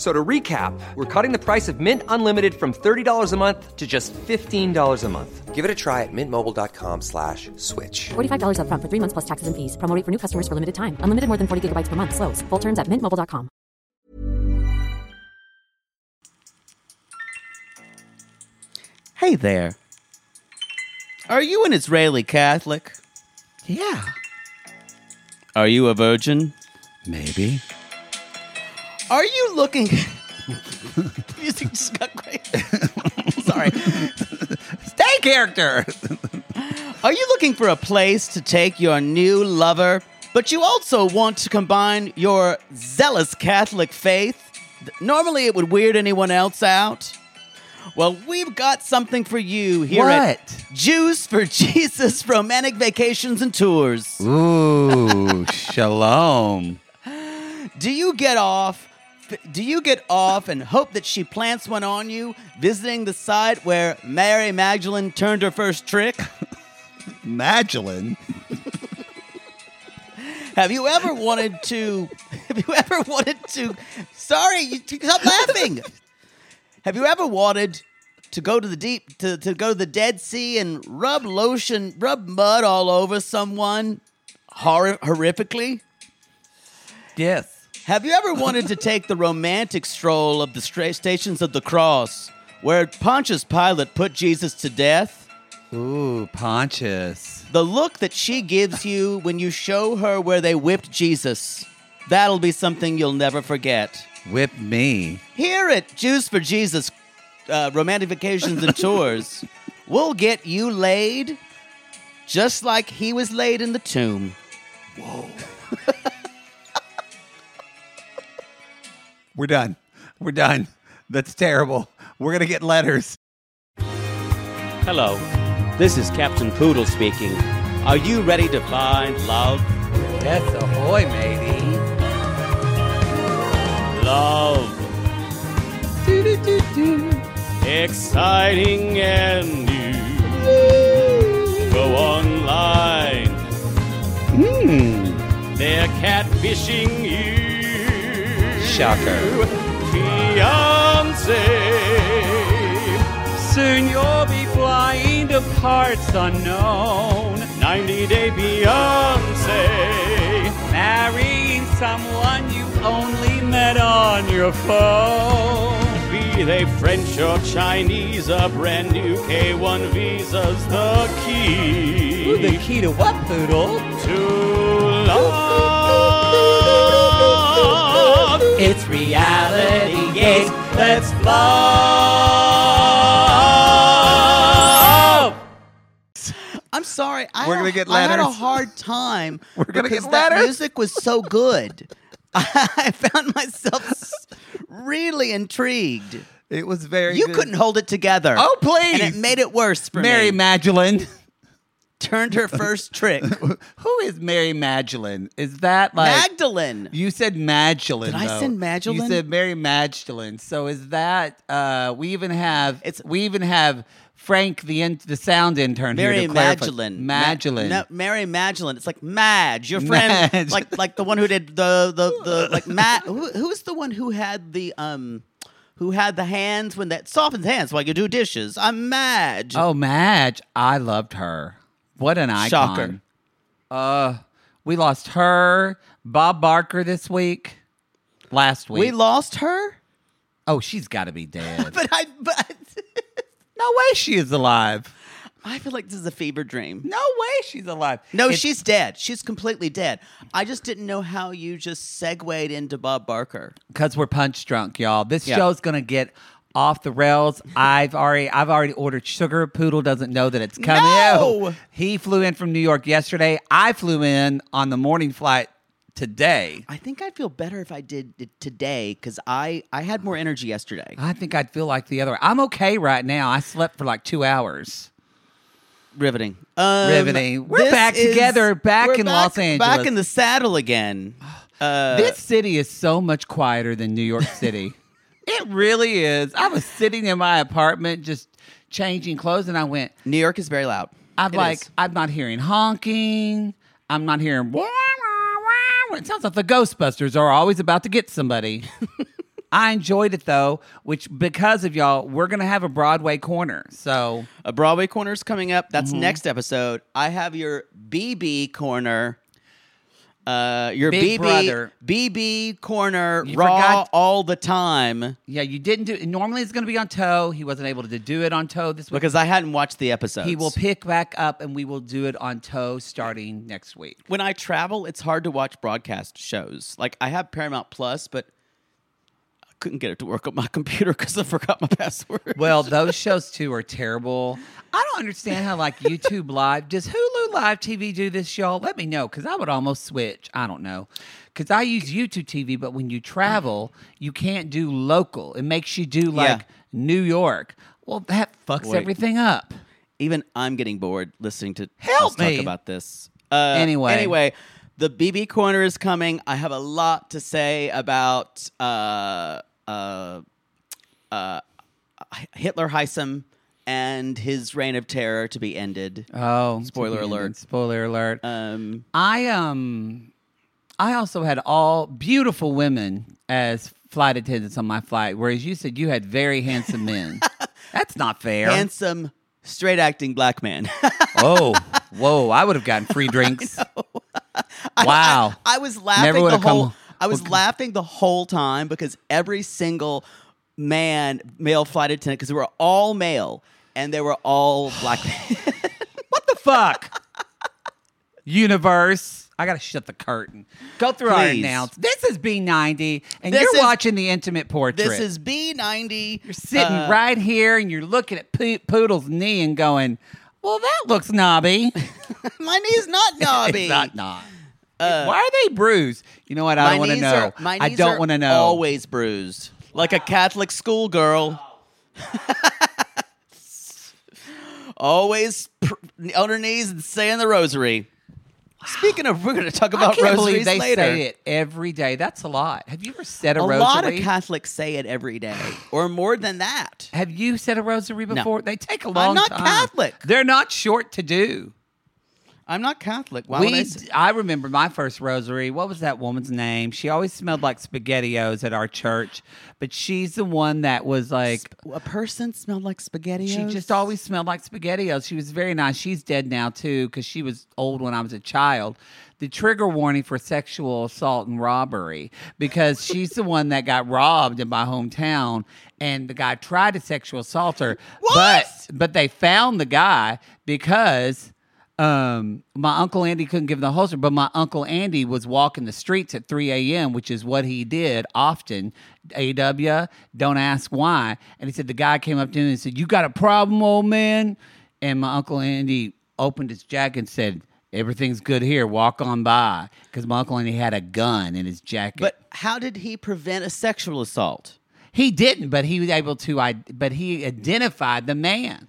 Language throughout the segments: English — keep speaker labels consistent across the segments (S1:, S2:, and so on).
S1: So to recap, we're cutting the price of Mint Unlimited from $30 a month to just $15 a month. Give it a try at mintmobile.com slash switch.
S2: $45 up front for three months plus taxes and fees. Promo rate for new customers for limited time. Unlimited more than 40 gigabytes per month. Slows. Full terms at mintmobile.com.
S3: Hey there. Are you an Israeli Catholic?
S4: Yeah.
S3: Are you a virgin?
S4: Maybe.
S3: Are you looking? the music just got great. Sorry.
S4: Stay character.
S3: Are you looking for a place to take your new lover, but you also want to combine your zealous Catholic faith? Th- Normally, it would weird anyone else out. Well, we've got something for you here at
S4: What?
S3: Jews for Jesus Romantic Vacations and Tours.
S4: Ooh, shalom.
S3: Do you get off? Do you get off and hope that she plants one on you, visiting the site where Mary Magdalene turned her first trick?
S4: Magellan.
S3: Have you ever wanted to? Have you ever wanted to? Sorry, you, you- stop laughing. Have you ever wanted to go to the deep to, to go to the Dead Sea and rub lotion, rub mud all over someone, hor- horrifically?
S4: Yes.
S3: Have you ever wanted to take the romantic stroll of the stra- stations of the cross, where Pontius Pilate put Jesus to death?
S4: Ooh, Pontius.
S3: The look that she gives you when you show her where they whipped Jesus, that'll be something you'll never forget.
S4: Whip me.
S3: Here at Jews for Jesus uh, Romantic Vacations and Tours, we'll get you laid just like he was laid in the tomb.
S4: We're done. We're done. That's terrible. We're going to get letters.
S5: Hello, this is Captain Poodle speaking. Are you ready to find love?
S1: Yes, ahoy, matey.
S5: Love. Exciting and new. Go online. They're catfishing you.
S1: Shocker.
S5: Fiance. Soon you'll be flying to parts unknown. 90 Day Beyonce. Marrying someone you only met on your phone. Be they French or Chinese, a brand new K1 visa's the key. the key to what, Poodle? To love. It's reality gates. Let's love.
S3: I'm sorry. I
S4: We're
S3: had
S4: gonna
S3: a-
S4: get
S3: I had a
S4: letters.
S3: hard time.
S4: We're gonna
S3: because
S4: get
S3: that
S4: letters.
S3: music was so good. I found myself s- really intrigued.
S4: It was very
S3: You
S4: good.
S3: couldn't hold it together.
S4: Oh, please.
S3: And it made it worse for
S4: Mary
S3: me.
S4: Magellan.
S3: turned her first trick.
S4: Who is Mary Magellan? Is that like.
S3: Magdalene.
S4: You said Magellan.
S3: Did I
S4: though.
S3: send Magellan?
S4: You said Mary Magellan. So is that uh we even have
S3: It's-
S4: it's we even have Frank the in, the sound intern
S3: Mary
S4: here to clarify.
S3: Magdalene. Ma-
S4: Magellan.
S3: no, Mary Magdalene. It's like Madge, your friend,
S4: Madge.
S3: like like the one who did the the the like Matt. Who, who's the one who had the um, who had the hands when that softens hands while you do dishes? I'm Madge.
S4: Oh, Madge, I loved her. What an icon.
S3: Shocker.
S4: Uh, we lost her, Bob Barker this week, last week.
S3: we lost her,
S4: oh, she's got to be dead.
S3: but I but
S4: No way she is alive.
S3: I feel like this is a fever dream.
S4: No way she's alive.
S3: No,
S4: It's-
S3: she's dead. She's completely dead. I just didn't know how you just segued into Bob Barker.
S4: because we're punch drunk, y'all. This
S3: Yeah.
S4: show's gonna get off the rails. I've already I've already ordered sugar. Poodle doesn't know that it's coming.
S3: No!
S4: out. He flew in from New York yesterday. I flew in on the morning flight today.
S3: I think I'd feel better if I did it today because I, I had more energy yesterday.
S4: I think I'd feel like the other. I'm okay right now. I slept for like two hours.
S3: Riveting. Um,
S4: Riveting. We're
S3: this
S4: back together, back
S3: we're
S4: in Los
S3: Back
S4: Angeles.
S3: in the saddle again. Uh,
S4: this city is so much quieter than New York City. it really is. I was sitting in my apartment just changing clothes, and I went.
S3: New York is very loud.
S4: I'm
S3: It
S4: like,
S3: is.
S4: I'm not hearing honking. I'm not hearing. Wah, wah, wah. It sounds like the Ghostbusters are always about to get somebody. I enjoyed it though, which because of y'all, we're gonna have a Broadway corner. So
S3: a Broadway corner's coming up. That's
S4: Mm-hmm.
S3: next episode. I have your BB corner. Uh, your
S4: Big
S3: BB
S4: brother.
S3: BB corner
S4: You
S3: raw
S4: forgot-
S3: all the time
S4: yeah, you didn't do. Normally it's gonna be on toe. He wasn't able to do it on toe this week.
S3: because I hadn't watched the episode.
S4: he will pick back up, and we will do it on toe starting next week.
S3: when I travel, it's hard to watch broadcast shows. Like I have Paramount Plus, but I couldn't get it to work on my computer because I forgot my password.
S4: Well, those shows too are terrible. I don't understand how like YouTube Live does Hulu Live TV do this, y'all. Let me know because I would almost switch. I don't know because I use YouTube TV, but when you travel, you can't do local. It makes you do like New York. Well, that fucks
S3: Wait.
S4: everything up.
S3: even I'm getting bored listening to
S4: Help
S3: us
S4: me.
S3: talk about this. Uh,
S4: Anyway.
S3: anyway, the BB corner is coming. I have a lot to say about uh, uh, uh, Hitler Heisem and his reign of terror to be ended.
S4: Oh,
S3: Spoiler alert.
S4: Spoiler alert.
S3: Um,
S4: I um I also had all beautiful women as flight attendants on my flight, whereas you said you had very handsome men. That's not fair.
S3: handsome, straight acting black man.
S4: Oh, whoa! I would have gotten free drinks. wow!
S3: I was laughing
S4: would've
S3: the whole.
S4: come-
S3: I was
S4: would-
S3: laughing the whole time because every single man, male flight attendant, because they were all male and they were all black men.
S4: what the fuck? Universe. I gotta shut the curtain. Go through our
S3: Please.
S4: announce. This is B90, and
S3: This
S4: you're
S3: is-
S4: watching the intimate portrait.
S3: This is uh, B90.
S4: you're sitting right here, and you're looking at po- Poodle's knee and going, "Well, that looks knobby."
S3: My knee's not knobby.
S4: it's not knob. Why are they bruised? You know what? I
S3: Uh, My
S4: don't want to
S3: knees
S4: know.
S3: Are, my
S4: I
S3: knees
S4: don't
S3: are
S4: want to know.
S3: Always bruised, like a Catholic schoolgirl. always pr- on her knees and saying the rosary. Speaking of, we're going to talk about
S4: I can't
S3: rosaries
S4: believe they
S3: later.
S4: say it every day. That's a lot. Have you ever said a,
S3: a
S4: rosary?
S3: lot of Catholics say it every day, or more than that.
S4: Have you said a rosary before? They take a long
S3: not
S4: time.
S3: Catholic.
S4: They're not short to do.
S3: I'm not Catholic. Why would I
S4: we,
S3: say-
S4: I remember my first rosary. What was that woman's name? She always smelled like SpaghettiOs at our church, but she's the one that was like,
S3: a person smelled like spaghetti?
S4: she just always smelled like SpaghettiOs. She was very nice. She's dead now, too, because she was old when I was a child. The trigger warning for sexual assault and robbery, because she's the one that got robbed in my hometown, and the guy tried to sexual assault her, but but they found the guy because. Um, my uncle Andy couldn't give him the holster, but my uncle Andy was walking the streets at 3 a.m., which is what he did often. AW, don't ask why. And he said the guy came up to him and said, "You got a problem, old man?" And my uncle Andy opened his jacket and said, "Everything's good here. Walk on by." Because my uncle Andy had a gun in his jacket.
S3: But how did he prevent a sexual assault?
S4: he didn't. But he was able to. I. But he identified the man.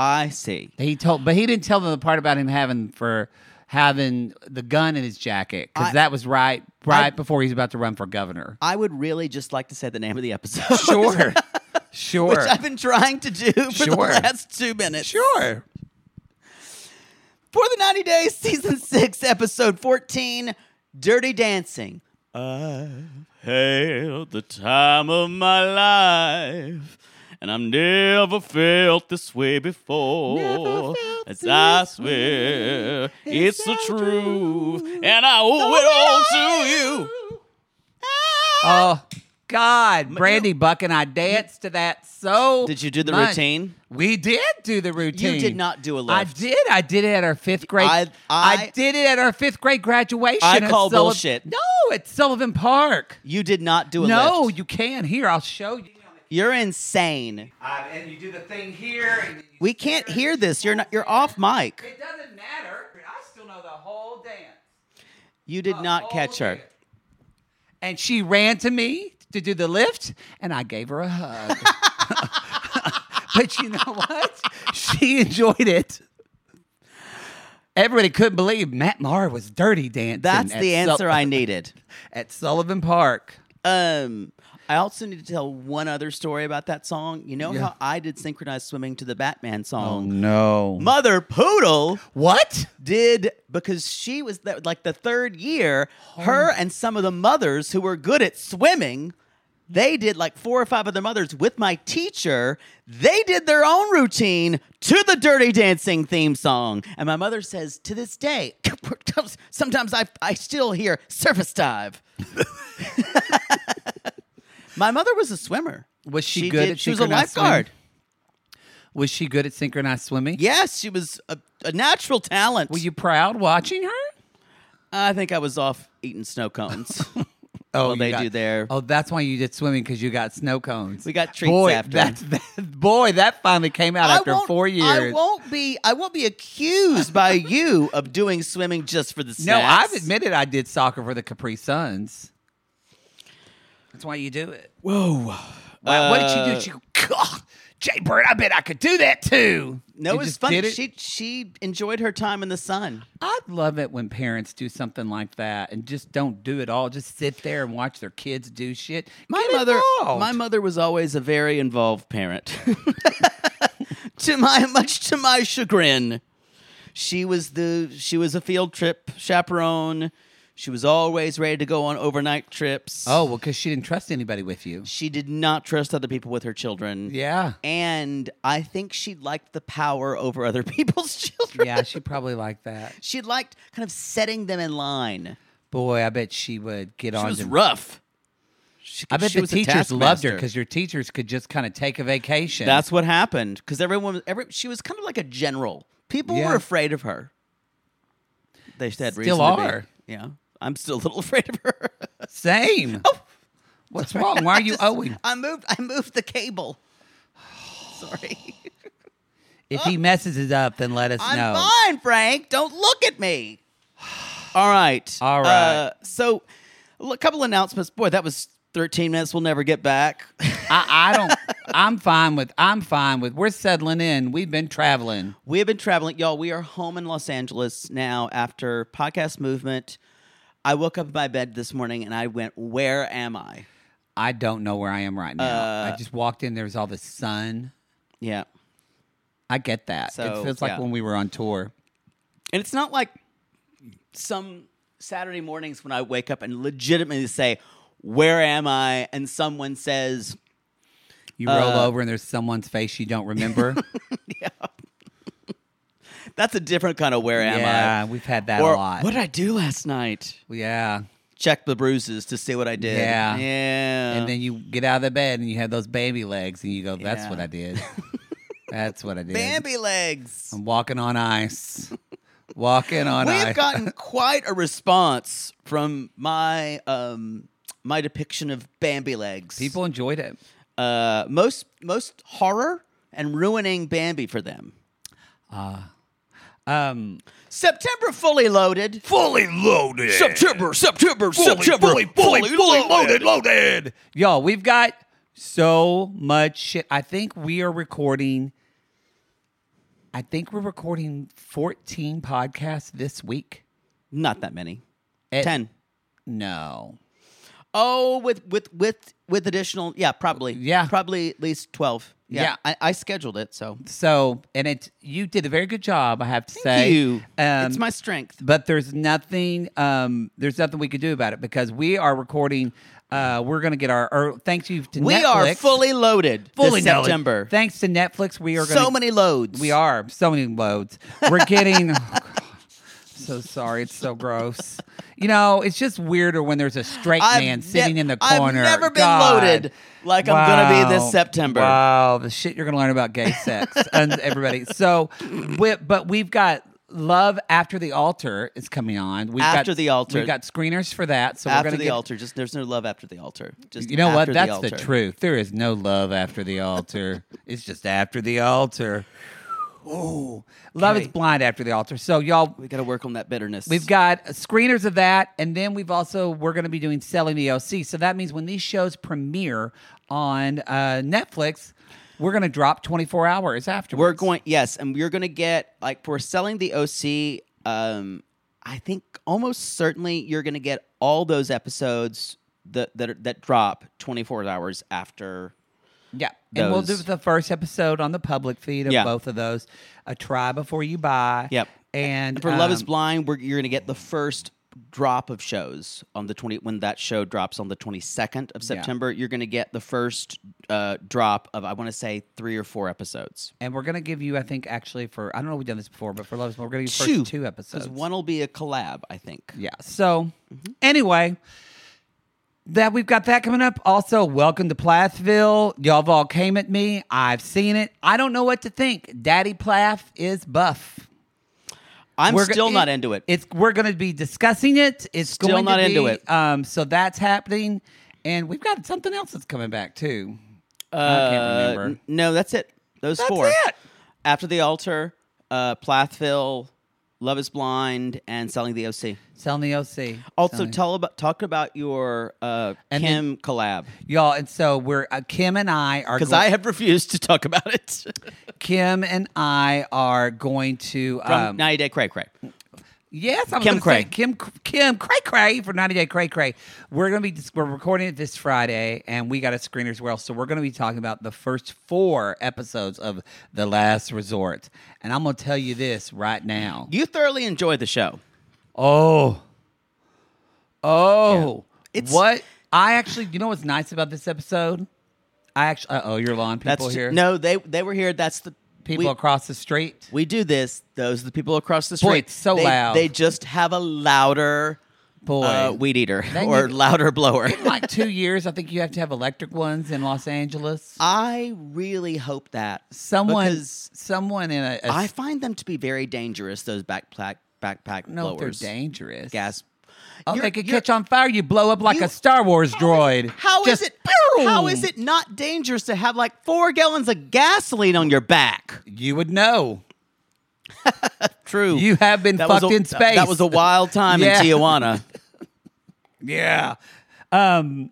S3: I see.
S4: He told, but he didn't tell them the part about him having for having the gun in his jacket because that was right right before he's about to run for governor.
S3: I would really just like to say the name of the episode.
S4: Sure, sure,
S3: Which I've been trying to do for the
S4: Sure.
S3: last two minutes.
S4: sure.
S3: For the 90 Days, Season 6, Episode 14, Dirty Dancing.
S5: had the time of my life, and I've never felt this way before. As I swear, it's the
S3: Oh,
S5: truth, and I owe it all to you.
S4: Oh, God, Brandy Buck and I danced to that so.
S3: Did you do the
S4: much.
S3: routine?
S4: We did do the routine.
S3: did not do a
S4: I
S3: lift.
S4: did. I did it at our fifth grade.
S3: I- I-
S4: did it at our fifth grade graduation.
S3: I
S4: at
S3: call
S4: Sullivan-
S3: bullshit.
S4: No, it's Sullivan Park.
S3: You did not do a
S4: no,
S3: lift.
S4: you can. Here, I'll show you.
S3: You're insane.
S4: Uh, and you do the thing here. And you
S3: We can't hear this. You're not. You're off mic.
S4: It doesn't matter. I still know the whole dance.
S3: You did not catch her.
S4: And she ran to me to do the lift, and I gave her a hug. but you know what? She enjoyed it. Everybody couldn't believe Matt Maher was dirty dancing.
S3: That's
S4: at
S3: the
S4: Sul-
S3: answer I needed.
S4: At Sullivan Park.
S3: Um, I also need to tell one other story about that song. You know how I did synchronized swimming to the Batman song.
S4: Oh, no.
S3: Mother Poodle
S4: What?
S3: did because she was the, like the third year. Her and some of the mothers who were good at swimming, they did like four or five other mothers with my teacher. They did their own routine to the Dirty Dancing theme song, and my mother says to this day, sometimes I I still hear surface dive. my mother was a swimmer.
S4: Was she good at
S3: she was a
S4: synchronized swimming?
S3: lifeguard.
S4: Was she good at synchronized swimming?
S3: Yes, she was a, a natural talent.
S4: Were you proud watching her?
S3: I think I was off eating snow cones.
S4: Oh,
S3: Well,
S4: you
S3: they
S4: got-
S3: do there.
S4: Oh, that's why you did swimming because you got snow cones.
S3: We got treats
S4: boy,
S3: after.
S4: That, that- boy, that finally came out after
S3: won't-
S4: four
S3: I
S4: years.
S3: won't be. I won't be accused by you of doing swimming just for the
S4: no,
S3: snacks.
S4: I've admitted I did soccer for the Capri Suns. That's why you do it. Whoa! Wow, what did you
S3: Uh,
S4: do? She go, "Gah, Jay Bird. I bet I could do that too.
S3: No,
S4: You
S3: it's
S4: just
S3: funny.
S4: did it.
S3: She she enjoyed her time in the sun.
S4: I love it when parents do something like that and just don't do it all. Just sit there and watch their kids do shit.
S3: My
S4: Get
S3: mother,
S4: involved.
S3: my mother was always a very involved parent. to my much to my chagrin, she was the she was a field trip chaperone. She was always ready to go on overnight trips.
S4: Oh well, because she didn't trust anybody with you.
S3: she did not trust other people with her children.
S4: Yeah.
S3: and I think she liked the power over other people's children.
S4: Yeah, she probably liked that.
S3: She liked kind of setting them in line.
S4: Boy, I bet she would get
S3: She
S4: on.
S3: was
S4: to-
S3: rough. She,
S4: I bet
S3: she
S4: the
S3: was a
S4: teachers loved her
S3: taskmaster.
S4: because your teachers could just kind of take a vacation.
S3: that's what happened. Because everyone, every she was kind of like a general. People
S4: Yeah.
S3: were afraid of her. They had reason to
S4: Still
S3: be.
S4: are.
S3: Yeah, I'm still a little afraid of her.
S4: same. What's wrong? Why are you
S3: Just-
S4: owing?
S3: Oh. I moved. I moved the cable. Sorry,
S4: If he messes it up, then let us
S3: I'm
S4: know.
S3: fine, Frank. Don't look at me. All right.
S4: All right.
S3: Uh, so, a couple announcements. Boy, that was 13 minutes. We'll never get back.
S4: I, I don't. I'm fine with. I'm fine with. We're settling in. We've been traveling.
S3: We have been traveling, y'all. We are home in Los Angeles now after podcast movement. I woke up in my bed this morning and I went, "Where am I?"
S4: I don't know where I am right now. I
S3: Uh,
S4: just walked in. There was all the sun.
S3: Yeah,
S4: I get that.
S3: So,
S4: it feels like
S3: yeah.
S4: when we were on tour.
S3: and it's not like some Saturday mornings when I wake up and legitimately say, "Where am I?" and someone says,
S4: You
S3: Uh,
S4: roll over and there's someone's face you don't remember.
S3: "That's a different kind of where am
S4: yeah,
S3: I?"
S4: we've had that
S3: or
S4: a lot.
S3: what did I do last night?
S4: Yeah.
S3: Check the bruises to see what I did.
S4: Yeah.
S3: yeah.
S4: and then you get out of the bed and you have those baby legs and you go that's
S3: Yeah.
S4: what i did that's what i did
S3: Bambi legs.
S4: i'm walking on ice walking on
S3: We
S4: ice
S3: have gotten quite a response from my um, my depiction of Bambi legs.
S4: people enjoyed it
S3: uh, most most horror and ruining Bambi for them.
S4: Uh, um
S3: September fully loaded.
S4: fully loaded
S3: September, September,
S4: loaded y'all we've got so much shit i think we are recording i think we're recording 14 podcasts this week
S3: Not that many.
S4: At-
S3: Ten.
S4: no
S3: Oh, with with with with additional. Yeah, probably.
S4: Yeah.
S3: probably at least twelve. Yeah,
S4: Yeah.
S3: I, I scheduled it, so
S4: so and it you did a very good job i have to say
S3: thank you.
S4: Um,
S3: it's my strength.
S4: but there's nothing um there's nothing we could do about it because we are recording uh we're gonna get our or thanks you to
S3: We are
S4: Netflix.
S3: fully loaded.
S4: fully
S3: this
S4: loaded.
S3: September.
S4: thanks to netflix we are gonna
S3: so many loads.
S4: we are so many loads we're getting oh, God. so sorry. It's so gross. You know, it's just weirder when there's a straight
S3: I've
S4: man
S3: ne-
S4: sitting in the
S3: I've
S4: corner.
S3: never been
S4: God.
S3: loaded like I'm gonna be this
S4: Wow.
S3: September.
S4: Wow, the shit you're gonna learn about gay sex and everybody. So, we, but we've got love after the altar is coming on. We've
S3: After
S4: got,
S3: the altar.
S4: we've got screeners for that. So we're
S3: after
S4: gonna
S3: the
S4: get,
S3: altar, just there's no love after the altar. Just
S4: You know what?
S3: after
S4: That's the,
S3: altar.
S4: truth. There is no love after the altar. it's just after the altar. Oh, love is
S3: Okay.
S4: blind after the altar. So y'all,
S3: We got to work on that bitterness.
S4: We've got screeners of that, and then we've also we're going to be doing selling the OC. So that means when these shows premiere on uh, Netflix, we're going to drop 24 hours afterwards.
S3: We're going yes, and we're going to get like we're selling the OC. Um, I think almost certainly you're going to get all those episodes that that are, that drop 24 hours after.
S4: yeah, and we'll do
S3: those.
S4: the first episode on the public feed of
S3: Yeah.
S4: both of those. A try before you buy.
S3: Yep.
S4: and
S3: For Love Is
S4: um,
S3: Blind, we're, you're going to get the first drop of shows on the 20 when that show drops on the 22nd of September. You're going to get the first uh, drop of I want to say three or four episodes.
S4: and we're going to give you, I think, actually for I don't know if we've done this before, but for Love Is Blind, we're going to give you first two episodes.
S3: because one Mm-hmm. will be a collab. I think.
S4: Yeah. So anyway, that we've got that coming up. Also, welcome to Plathville. Y'all have all came at me. I've seen it. I don't know what to think. Daddy Plath is buff.
S3: I'm
S4: We're go-
S3: still not into it.
S4: It's we're going to be discussing it. It's
S3: Still
S4: going to
S3: not into
S4: be-
S3: it.
S4: Um, so that's happening, and we've got something else that's coming back too. I
S3: Uh,
S4: can't remember.
S3: n- no, that's it. Those four.
S4: it.
S3: After the altar, uh, Plathville, Love Is Blind, and Selling the OC.
S4: Selling the OC.
S3: Also,
S4: Selling-
S3: tell about talk about your uh,
S4: And
S3: Kim collab
S4: y'all, and so we're uh, Kim and I are
S3: because
S4: go-
S3: I have refused to talk about it.
S4: Kim and I are going to
S3: From
S4: um,
S3: 90 Day Cray Cray.
S4: Yes, I'm
S3: Kim
S4: Kim
S3: Cray.
S4: Cray. Kim Kim Cray Cray for 90 Day Cray Cray. We're gonna be we're recording it this Friday, and we got a screener as well. So we're gonna be talking about the first four episodes of The Last Resort, and I'm gonna tell you this right now.
S3: You thoroughly enjoyed the show.
S4: Oh, oh,
S3: It's-
S4: what I actually. You know what's nice about this episode? I actually. Uh oh, your lawn people
S3: That's ju-
S4: here.
S3: No, they they were here. That's the
S4: people
S3: we-
S4: across the street.
S3: We do this. Those are the people across the street.
S4: Boy, it's so
S3: They-
S4: loud.
S3: They just have a louder
S4: Boy,
S3: uh, weed eater
S4: They
S3: or
S4: need-
S3: louder blower.
S4: in like two years, I think you have to have electric ones in Los Angeles.
S3: I really hope that
S4: Someone,
S3: because
S4: someone in a, a
S3: I find them to be very dangerous. Those backpack backpack
S4: no, they're
S3: blowers,
S4: dangerous.
S3: gas.
S4: oh,
S3: You're-
S4: they could
S3: you're-
S4: catch on fire. You blow up like
S3: you-
S4: a Star Wars droid.
S3: How is
S4: Just
S3: it? How
S4: boom.
S3: is it not dangerous to have like four gallons of gasoline on your back?
S4: You would know.
S3: True,
S4: You have been
S3: That was
S4: fucked
S3: a-
S4: in space.
S3: That was a wild time
S4: Yeah.
S3: in Tijuana.
S4: yeah. Um.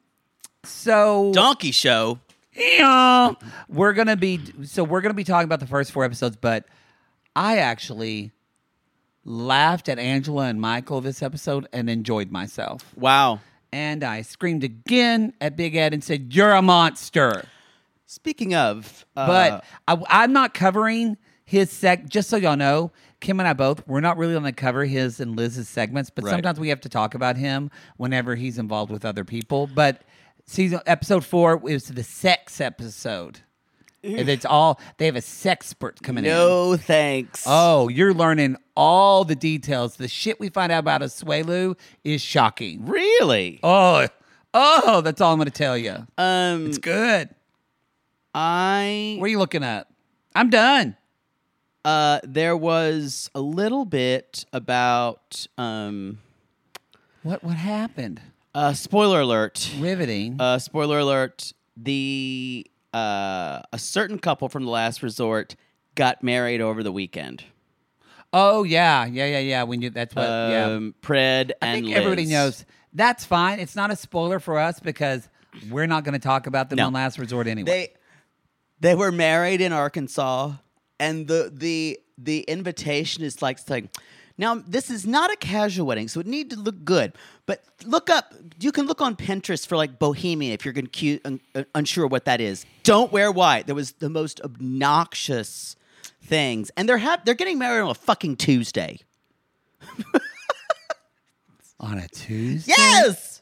S4: So
S3: Donkey show.
S4: Yeah. We're gonna be so we're gonna be talking about the first four episodes, but I actually laughed at Angela and Michael this episode and enjoyed myself.
S3: Wow.
S4: And I screamed again at Big Ed and said, "You're a monster."
S3: Speaking of, uh,
S4: But I, I'm not covering his seg. Just so y'all know, Kim and I both we're not really on the cover his and Liz's segments, but
S3: Right.
S4: sometimes we have to talk about him whenever he's involved with other people. But season episode four is the sex episode. and it's all they have a sexpert coming in.
S3: no thanks.
S4: Oh, you're learning all the details. The shit we find out about Asuelu is shocking.
S3: really?
S4: Oh, oh, that's all I'm going to tell you.
S3: Um,
S4: It's good.
S3: I
S4: What are you looking at? I'm done.
S3: uh, there was a little bit about um,
S4: What what happened?
S3: uh, spoiler alert.
S4: Riveting.
S3: Uh, spoiler alert: the uh, a certain couple from The Last Resort got married over the weekend.
S4: oh yeah, yeah, yeah, yeah. We knew that's what. yeah,
S3: Um, Pred
S4: I
S3: and
S4: think everybody
S3: Liz.
S4: knows. That's fine. It's not a spoiler for us because we're not going to talk about them
S3: No.
S4: on Last Resort anyway.
S3: they they were married in Arkansas, and the the the invitation is like saying. Now this is not a casual wedding, so it need to look good. But look up. You can look on Pinterest for like bohemian if you're concu- un- uh, unsure what that is. Don't wear white. There was the most obnoxious things, and they're hap- they're getting married on a fucking Tuesday.
S4: on a Tuesday.
S3: Yes.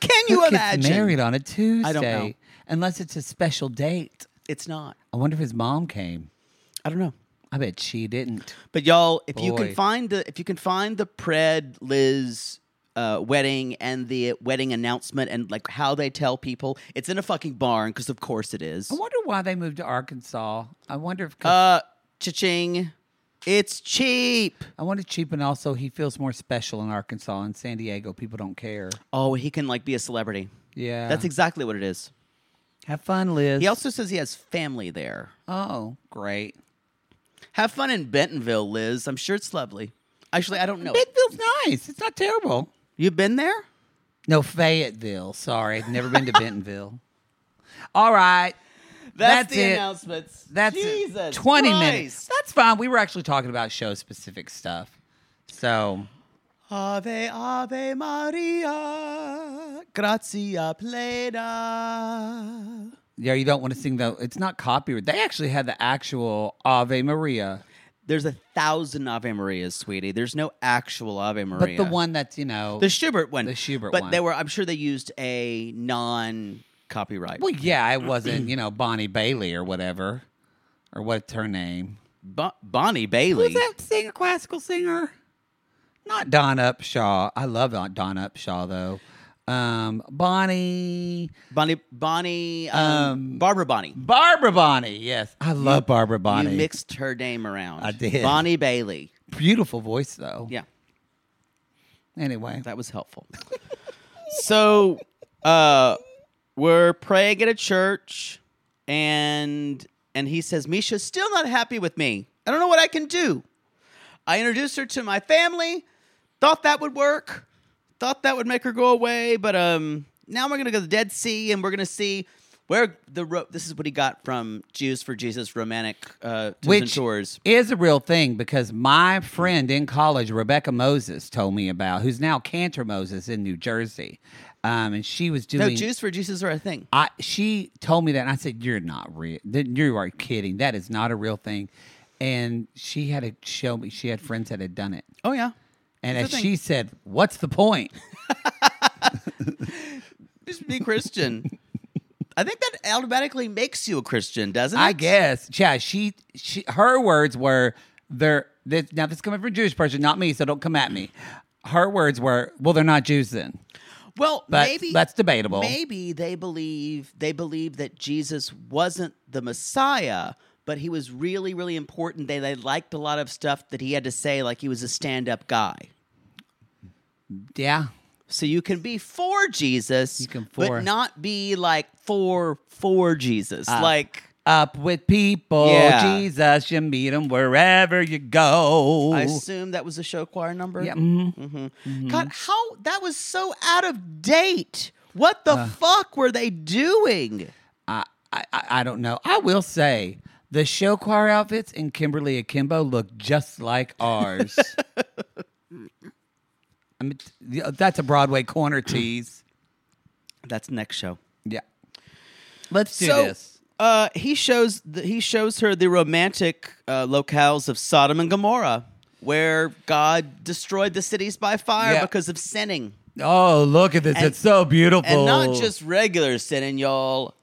S3: Can you
S4: Who gets
S3: imagine?
S4: married on a Tuesday?
S3: know.
S4: Unless it's a special date.
S3: It's not.
S4: I wonder if his mom came.
S3: I don't know.
S4: I bet she didn't.
S3: But y'all, if you
S4: Boy.
S3: can find the if you can find the Pred Liz uh, wedding and the wedding announcement and like how they tell people, it's in a fucking barn because of course it is.
S4: I wonder why they moved to Arkansas. I wonder if
S3: Uh, cha-ching, it's cheap.
S4: I want to cheap and also he feels more special in Arkansas and San Diego. People don't care.
S3: Oh, he can like be a celebrity.
S4: Yeah.
S3: That's exactly what it is.
S4: Have fun, Liz.
S3: He also says he has family there.
S4: oh, great.
S3: Have fun in Bentonville, Liz. I'm sure it's lovely. Actually, I don't know. it.
S4: Bentonville's nice. It's not terrible.
S3: You've been there?
S4: No, Fayetteville. Sorry. I've never been to Bentonville. All right. That's
S3: the
S4: it.
S3: announcements.
S4: That's it.
S3: Jesus
S4: 20
S3: Christ.
S4: minutes. That's fine. We were actually talking about show specific stuff. So,
S3: Ave, Ave Maria, grazia plena.
S4: yeah, you don't want to sing though. It's not copyright. They actually had the actual Ave Maria,
S3: There's a thousand Ave Marias, sweetie. There's no actual Ave
S4: but
S3: Maria.
S4: the one that's, you know,
S3: the Schubert one,
S4: The Schubert
S3: but
S4: one.
S3: they were. I'm sure they used a non-copyright.
S4: Well, yeah, it wasn't, you know, Bonnie Bailey or whatever, or what's her name?
S3: Bo- Bonnie Bailey.
S4: Who's that singer, classical singer? Not Don Upshaw. I love Don Don Upshaw though. Um, Bonnie,
S3: Bonnie, Bonnie, um, Barbara Bonnie.
S4: Barbara Bonnie. Yes, I love Barbara Bonnie.
S3: You mixed her name around.
S4: I did.
S3: Bonnie Bailey.
S4: Beautiful voice though.
S3: Yeah,
S4: Anyway,
S3: that was helpful. so, uh, we're praying at a church, and and he says, "Misha's still not happy with me. I don't know what I can do." I introduced her to my family. Thought that would work. Thought that would make her go away, but um, now we're gonna go to the Dead Sea, and we're gonna see where the ro- this is what he got from Jews for Jesus romantic uh, tours and
S4: which
S3: tours.
S4: is a real thing because my friend in college, Rebecca Moses, told me about who's now Cantor Moses in New Jersey, um, and she was
S3: No,
S4: doing
S3: Jews for Jesus are a thing.
S4: I she told me that, and I said, "You're not real. You are kidding. That is not a real thing." And she had to show me. She had friends that had done it,
S3: Oh yeah.
S4: and
S3: It's a thing.
S4: as she said, "What's the point?"
S3: Just be Christian. I think that automatically makes you a Christian, doesn't it?
S4: I guess. Yeah. She. She. Her words were they're This, now this is coming from a Jewish person, not me. So don't come at me. Her words were, "Well, they're not Jews then."
S3: Well,
S4: But
S3: maybe
S4: that's debatable.
S3: Maybe they believe they believe that Jesus wasn't the Messiah, but he was really, really important. They they liked a lot of stuff that he had to say, like he was a stand-up guy.
S4: Yeah.
S3: So you can be for Jesus,
S4: You can for- Ah.
S3: but not be like for for Jesus. like
S4: Up with people,
S3: Yeah.
S4: Jesus. You meet them wherever you go.
S3: I assume that was a show choir number. Mm-hmm.
S4: yeah. mhm.
S3: God, how that was so out of date. What the fuck were they doing?
S4: I, I, I I don't know. I will say the show choir outfits in Kimberly Akimbo look just like ours. I mean, t- yeah, that's a Broadway corner tease.
S3: That's next show.
S4: Yeah. Let's do
S3: so,
S4: this.
S3: Uh, he shows the, he shows her the romantic uh, locales of Sodom and Gomorrah, where God destroyed the cities by fire
S4: Yeah.
S3: because of sinning,
S4: Oh, look at this.
S3: And-
S4: it's so beautiful.
S3: and not just regular sinning, y'all.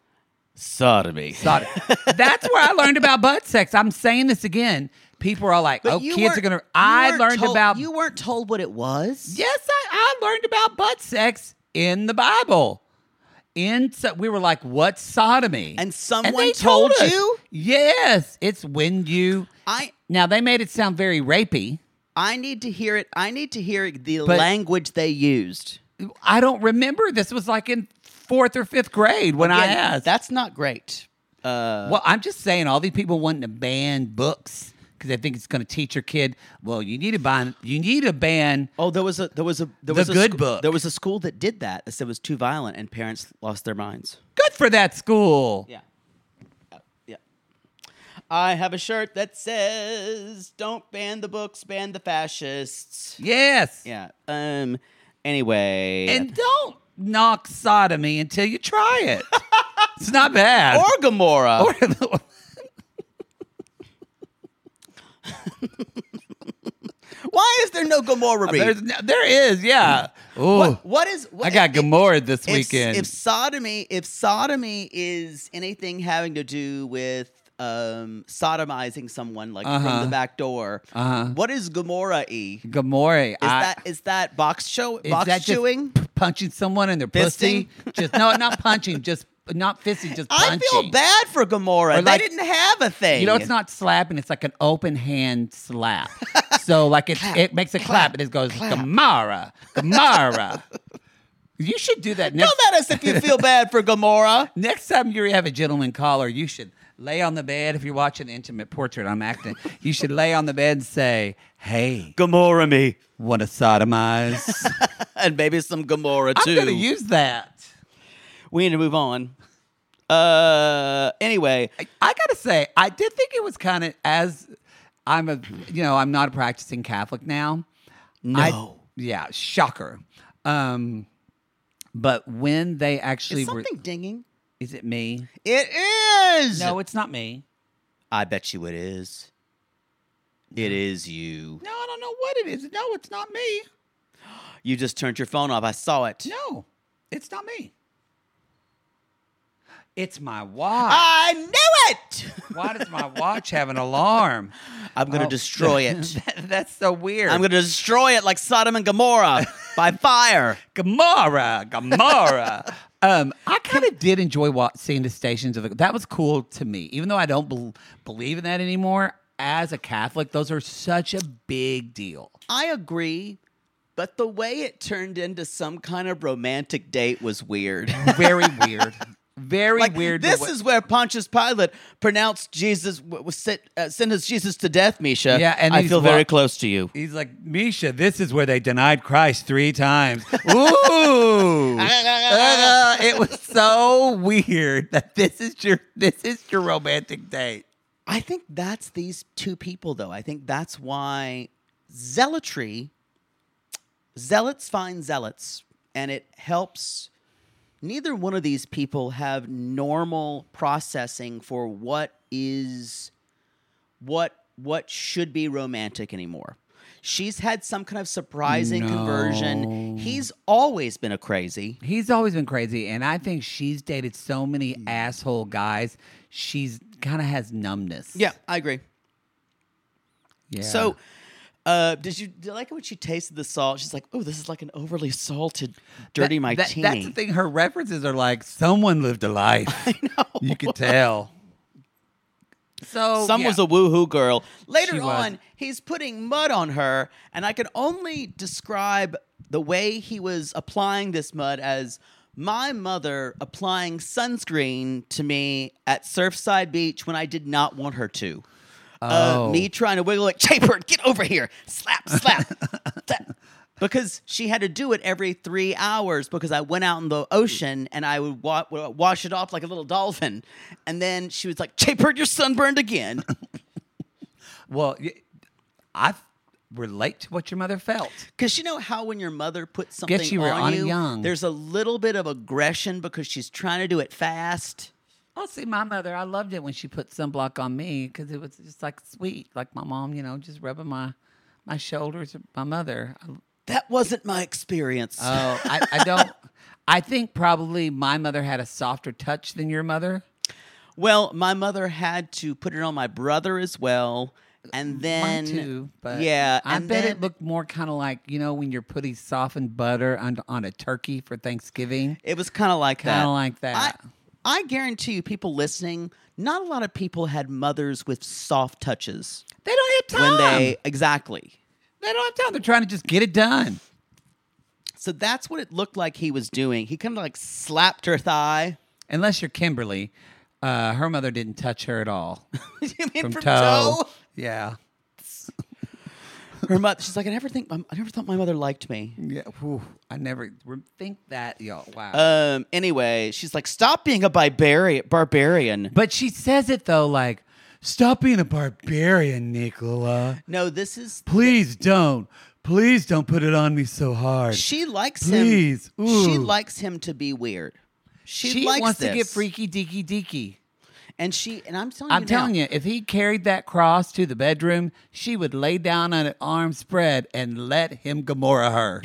S3: Sodomy.
S4: Thought it. That's where I learned about butt sex. I'm saying this again. People are like,
S3: But
S4: oh,
S3: you
S4: kids
S3: weren't-
S4: are going to.
S3: you
S4: I
S3: weren't
S4: learned
S3: told-
S4: about.
S3: You weren't told what it was.
S4: Yes, I, I learned about butt sex in the Bible. In so, we were like, "What's sodomy?"
S3: And someone
S4: they
S3: told
S4: us.
S3: you?
S4: Yes, it's when you.
S3: I
S4: Now they made it sound very rapey.
S3: I need to hear it. I need to hear the
S4: But-
S3: language they used.
S4: I don't remember. This was like in fourth or fifth grade when I
S3: Again,
S4: asked.
S3: That's not great.
S4: well, I'm just saying, all these people wanting to ban books because they think it's going to teach your kid. Well, you need to ban. You need to ban.
S3: Oh, there was a there was a there
S4: The
S3: was a
S4: good
S3: sc-
S4: book.
S3: There was a school that did that. That said it was too violent, and parents lost their minds.
S4: Good for that school.
S3: Yeah, Uh, yeah. I have a shirt that says "Don't ban the books, ban the fascists."
S4: Yes.
S3: Yeah. Um. Anyway,
S4: And don't knock sodomy until you try it. it's not bad.
S3: or Gamora. Why is there no Gamora? Reed?
S4: There's, no- there is, yeah. Ooh,
S3: What, what is? What,
S4: I got
S3: if-
S4: Gamora this
S3: if,
S4: weekend.
S3: If sodomy, if sodomy is anything having to do with um, sodomizing someone like
S4: Uh-huh.
S3: from the back door. What is Gomorrah e? Is
S4: Gamori. I-
S3: that is that box show
S4: is
S3: box
S4: that just
S3: chewing?
S4: p- punching someone in their pussy?
S3: Fisting?
S4: Just no, not punching. Just not fisting. Just
S3: I
S4: punching.
S3: feel bad for Gomorrah.
S4: Or
S3: They
S4: like-
S3: didn't have a thing.
S4: You know, it's not slapping. It's like an open hand slap. so like it, it makes a clap. and It goes Gamara, Gamara. you should do that next.
S3: Tell that as if you feel bad for Gomorrah.
S4: Next time you have a gentleman caller, you should lay on the bed. If you're watching Intimate Portrait, I'm acting. you should lay on the bed and say, "Hey,
S3: Gomorrah me.
S4: want to sodomize?"
S3: And maybe some Gomorrah
S4: I'm
S3: too.
S4: gonna use that.
S3: we need to move on. Uh anyway.
S4: I gotta say, I did think it was kind of as I'm a you know I'm not a practicing Catholic now. I-
S3: No.
S4: yeah, shocker. Um, but when they actually
S3: Is
S4: were,
S3: something dinging?
S4: is it me?
S3: It is.
S4: No, it's not me.
S3: I bet you it is. It is you.
S4: No, I don't know what it is. No, it's not me.
S3: You just turned your phone off. I saw it.
S4: No, it's not me. It's my watch.
S3: I knew it.
S4: Why does my watch have an alarm?
S3: I'm gonna
S4: Oh,
S3: destroy it.
S4: that- that's so weird.
S3: I'm gonna destroy it like Sodom and Gomorrah by fire.
S4: Gamora, Gamora. um, I kind of did enjoy wa- seeing the stations of the. That was cool to me, even though I don't bel believe in that anymore. As a Catholic, those are such a big deal.
S3: I agree, but the way it turned into some kind of romantic date was weird.
S4: Very weird. Very
S3: like
S4: weird.
S3: This
S4: is
S3: is where Pontius Pilate pronounced Jesus w- was sent, uh, sentenced Jesus to death, Misha.
S4: Yeah, and
S3: I
S4: he's
S3: feel very
S4: wa-
S3: close to you.
S4: He's like, Misha, this is where they denied Christ three times. Ooh. Uh, it was so weird that this is your this is your romantic date.
S3: I think that's these two people, though. I think that's why zealotry, zealots find zealots, and it helps. Neither one of these people have normal processing for what is what what should be romantic anymore. She's had some kind of surprising conversion. He's always been a crazy.
S4: He's always been crazy, and I think she's dated so many asshole guys. She's kind of has numbness.
S3: Yeah, I agree.
S4: Yeah.
S3: So, uh, did you did you like it when she tasted the salt? She's like, "Oh, this is like an overly salted, dirty
S4: That- that-
S3: martini."
S4: that's the thing. Her references are like someone lived a life. I know. You could tell. So
S3: Some
S4: Oh, yeah.
S3: was a woohoo girl. Later
S4: She was.
S3: on, he's putting mud on her, and I can only describe the way he was applying this mud as my mother applying sunscreen to me at Surfside Beach when I did not want her to.
S4: Oh.
S3: Uh, me trying to wiggle it, Chaper, get over here, slap, slap, slap. Because she had to do it every three hours because I went out in the ocean and I would wa- wa- wash it off like a little dolphin. And then she was like, Chaper, you're sunburned again.
S4: well. y- I relate to what your mother felt.
S3: Because you know how when your mother puts something
S4: you were
S3: on
S4: on it
S3: you,
S4: young.
S3: there's a little bit of aggression because she's trying to do it fast.
S4: Oh, see, my mother, I loved it when she put sunblock on me because it was just like sweet, like my mom, you know, just rubbing my my shoulders. My mother, I-
S3: That wasn't my experience.
S4: Oh, I, I don't. I think probably my mother had a softer touch than your mother.
S3: well, my mother had to put it on my brother as well, and then
S4: Mine too, but
S3: yeah,
S4: I
S3: and
S4: bet
S3: then,
S4: it looked more kind of like you know when you're putting softened butter on on a turkey for Thanksgiving.
S3: It was kind of like that.
S4: Kinda like that.
S3: I, I guarantee you, people listening, not a lot of people had mothers with soft touches
S4: They don't have time.
S3: when they exactly.
S4: they don't have time. They're trying to just get it done.
S3: So that's what it looked like he was doing. He kind of like slapped her thigh.
S4: Unless you're Kimberly, uh, her mother didn't touch her at all
S3: you mean
S4: from,
S3: from
S4: toe.
S3: toe?
S4: Yeah.
S3: her mother she's like i never think i never thought my mother liked me
S4: Yeah. Whew. I never re- think that, y'all. Wow.
S3: um anyway she's like stop being a barbarian barbarian
S4: but she says it though, like, "Stop being a barbarian, Nicola."
S3: no this is
S4: Please don't. Please don't put it on me so hard.
S3: she likes
S4: Please,
S3: him she
S4: ooh.
S3: likes him to be weird she,
S4: She
S3: likes
S4: wants to get
S3: this.
S4: freaky deaky deaky.
S3: and she and i'm telling
S4: I'm
S3: you
S4: telling
S3: now,
S4: you, if he carried that cross to the bedroom, she would lay down on an arm spread and let him Gamora her.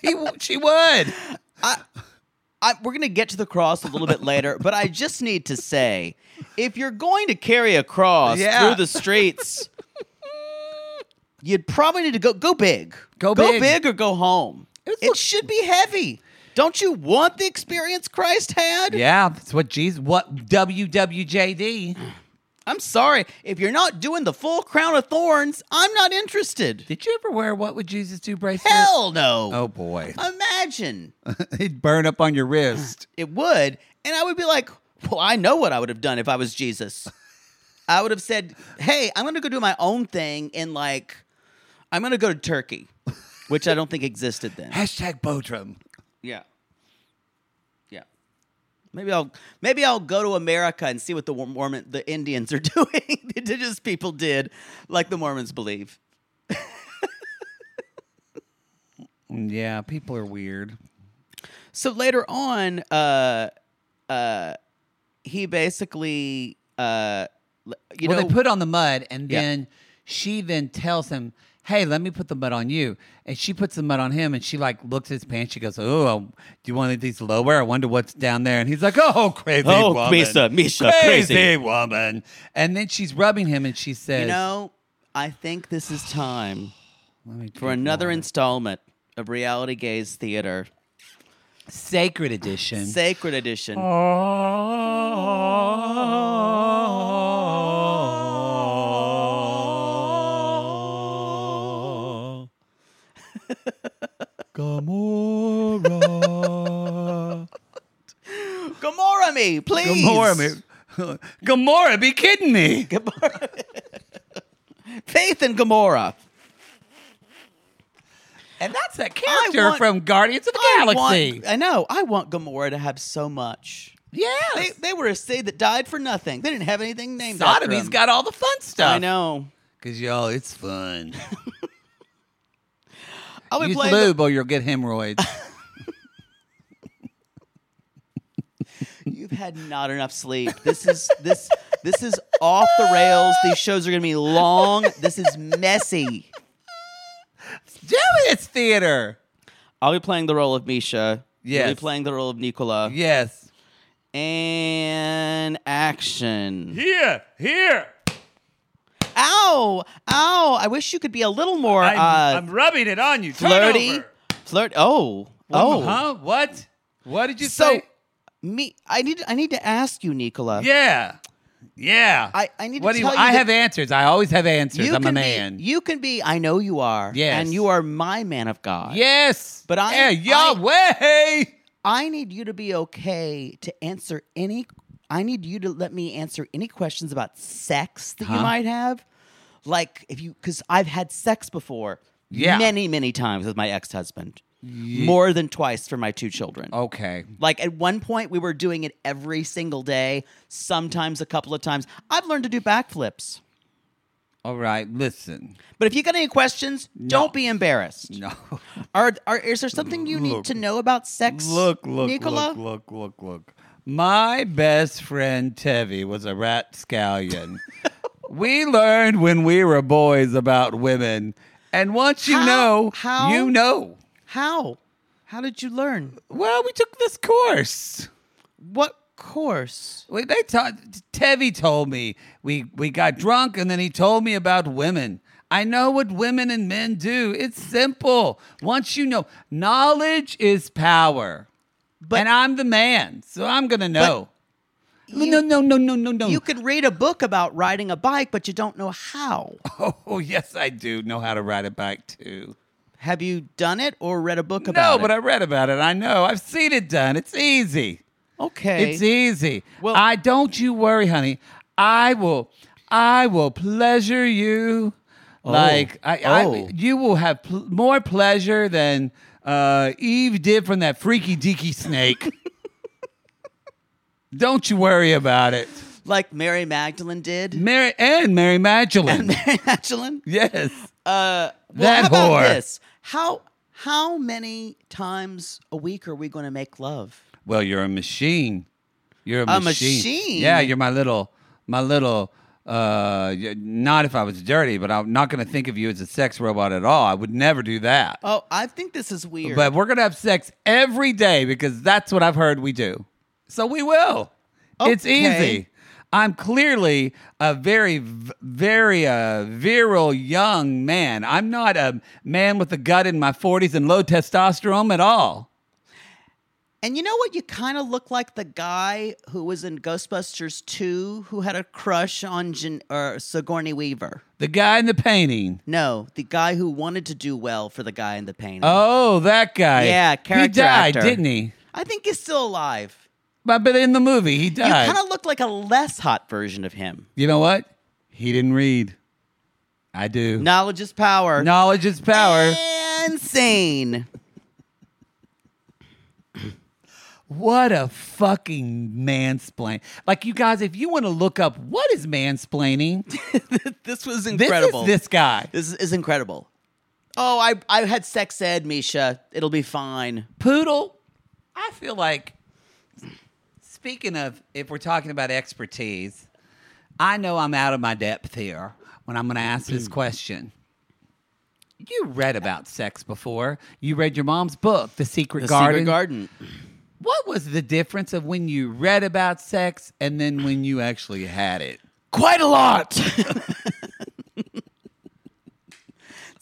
S4: he, w- she would.
S3: I, we're going to get to the cross a little bit later, but I just need to say if you're going to carry a cross
S4: Yeah.
S3: through the streets, you'd probably need to go go big.
S4: Go big.
S3: or go home. it should be heavy. Don't you want the experience Christ had?
S4: Yeah, that's what Jesus. What WWJD?
S3: I'm sorry. If you're not doing the full crown of thorns, I'm not interested.
S4: Did you ever wear what would Jesus do bracelet?
S3: Hell no.
S4: Oh boy,
S3: Imagine.
S4: he'd burn up on your wrist.
S3: It would. And I would be like, well, I know what I would have done if I was Jesus. I would have said, hey, I'm going to go do my own thing and like, I'm going to go to Turkey, which I don't think existed then.
S4: Hashtag Bodrum.
S3: Yeah. Yeah. Maybe I'll maybe I'll go to America and see what the Mor- Mormon the Indians are doing. the indigenous people did, like the Mormons believe.
S4: Yeah, people are weird.
S3: So later on, uh, uh, he basically, uh, l- you
S4: well,
S3: know,
S4: they put on the mud, and
S3: Yeah.
S4: then she then tells him, "Hey, let me put the mud on you." And she puts the mud on him, and she like looks at his pants. She goes, "Oh, do you want these lower? I wonder what's down there." And he's like, "Oh, crazy
S5: Oh,
S4: woman,
S5: Misha, Misha, crazy."
S4: woman." And then she's rubbing him, and she says,
S3: you know, I think this is time
S4: Let me
S3: for
S4: drink
S3: another
S4: water.
S3: installment of Reality Gaze Theater,
S4: sacred edition."
S3: Sacred Edition.
S4: Oh. Ah. Gamora.
S3: Gamora me, please.
S4: Gamora, man. Gamora, be kidding me.
S3: Faith and Gamora.
S4: And that's that
S3: I
S4: character
S3: want-
S4: from Guardians of the
S3: I want-
S4: Galaxy.
S3: I know. I want Gamora to have so much.
S4: yes.
S3: They, they were a seed that died for nothing. They didn't have anything named after
S4: Sodomy's
S3: them.
S4: got all the fun stuff.
S3: I know.
S4: Because, y'all, it's fun.
S3: I would
S4: Use
S3: play.
S4: lube or you'll get hemorrhoids.
S3: You've had not enough sleep. This is this this is off the rails. These shows are going to be long. This is messy.
S4: Do it, theater.
S3: I'll be playing the role of Misha. You'll
S4: Yes.
S3: be playing the role of Nicola.
S4: Yes.
S3: And action.
S4: Here, here.
S3: Ow! Ow! I wish you could be a little more uh,
S4: rubbing it on you.
S3: flirty. Flirt. Oh. Oh.
S4: Huh? What? What did you
S3: So,
S4: say?
S3: me. I need. I need to ask you, Nicola.
S4: Yeah. Yeah.
S3: I- I need to
S4: what do
S3: tell you
S4: I
S3: that-
S4: have answers. I always have answers.
S3: You
S4: I'm a
S3: can be-
S4: man.
S3: you can be. I know you are.
S4: Yes.
S3: And you are my man of God.
S4: yes.
S3: But I-
S4: Yeah,
S3: I-
S4: Yahweh.
S3: I need you to be okay to answer any. I need you to let me answer any questions about sex that you might have. Like if you, because I've had sex before.
S4: Yeah.
S3: Many, many times with my ex husband. More than twice for my two children.
S4: Okay.
S3: Like at one point, we were doing it every single day, sometimes a couple of times. I've learned to do backflips.
S4: All right. Listen.
S3: But if you got any questions, don't be embarrassed.
S4: No.
S3: Are, are is there something you need to know about sex?
S4: Look, look,
S3: Nicola?
S4: look, look, look, look. My best friend Tevi was a rat scallion. we learned when we were boys about women. And once you
S3: How-
S4: know,
S3: how-
S4: you know.
S3: How? How did you learn?
S4: Well, we took this course.
S3: What course?
S4: We, they taught Tevi told me we we got drunk and then he told me about women. I know what women and men do. It's simple. Once you know, knowledge is power.
S3: But-
S4: and I'm the man, so I'm gonna know. no, no, no, no, no, no.
S3: You can read a book about riding a bike, but you don't know how.
S4: oh, yes, I do know how to ride a bike too.
S3: Have you done it or read a book
S4: No,
S3: about
S4: but
S3: it?
S4: I read about it. I know. I've seen it done. It's easy.
S3: but I. Okay.
S4: It's easy.
S3: Well-
S4: Well, I don't you worry, honey. I will I will pleasure you. Like I,
S3: Oh.
S4: I you will have pl- more pleasure than uh, Eve did from that freaky deaky snake. don't you worry about it.
S3: like Mary Magdalene did.
S4: Mary and Mary Magdalene.
S3: Mary Magdalene? Uh,
S4: yes.
S3: Well,
S4: That
S3: how about
S4: whore.
S3: this? How how many times a week are we going to make love?
S4: Well, you're a machine. You're a,
S3: A
S4: machine.
S3: machine?
S4: Yeah, you're my little my little uh, y- not if I was dirty, but I'm not going to think of you as a sex robot at all. I would never do that.
S3: Oh, I think this is weird.
S4: But we're going to have sex every day because that's what I've heard we do. So we will. It's
S3: Okay.
S4: easy. I'm clearly a very, v- very uh, virile young man. I'm not a man with a gut in my 40s and low testosterone at all.
S3: and you know what? You kind of look like the guy who was in Ghostbusters 2 who had a crush on Jan- or Sigourney Weaver.
S4: The guy in the painting.
S3: No, the guy who wanted to do well for the guy in the painting.
S4: Oh, that guy.
S3: Yeah, character
S4: He died,
S3: actor.
S4: didn't he?
S3: I think he's still alive.
S4: But, but in the movie, he
S3: You
S4: died.
S3: kind of look like a less hot version of him.
S4: You know what? He didn't read. I do.
S3: Knowledge is power.
S4: Knowledge is power.
S3: Insane.
S4: What a fucking mansplain. Like you guys, if you want to look up what is mansplaining,
S3: This was
S4: this
S3: incredible.
S4: is this guy.
S3: This is incredible. Oh, I I had sex ed, Misha. It'll be fine.
S4: Poodle, I feel like speaking of if we're talking about expertise, I know I'm out of my depth here when I'm going to ask
S3: Mm.
S4: this question. You read about sex before. You read your mom's book, The Secret
S3: The
S4: Garden.
S3: Secret Garden.
S4: What was the difference of when you read about sex and then when you actually had it?
S3: Quite a lot. it's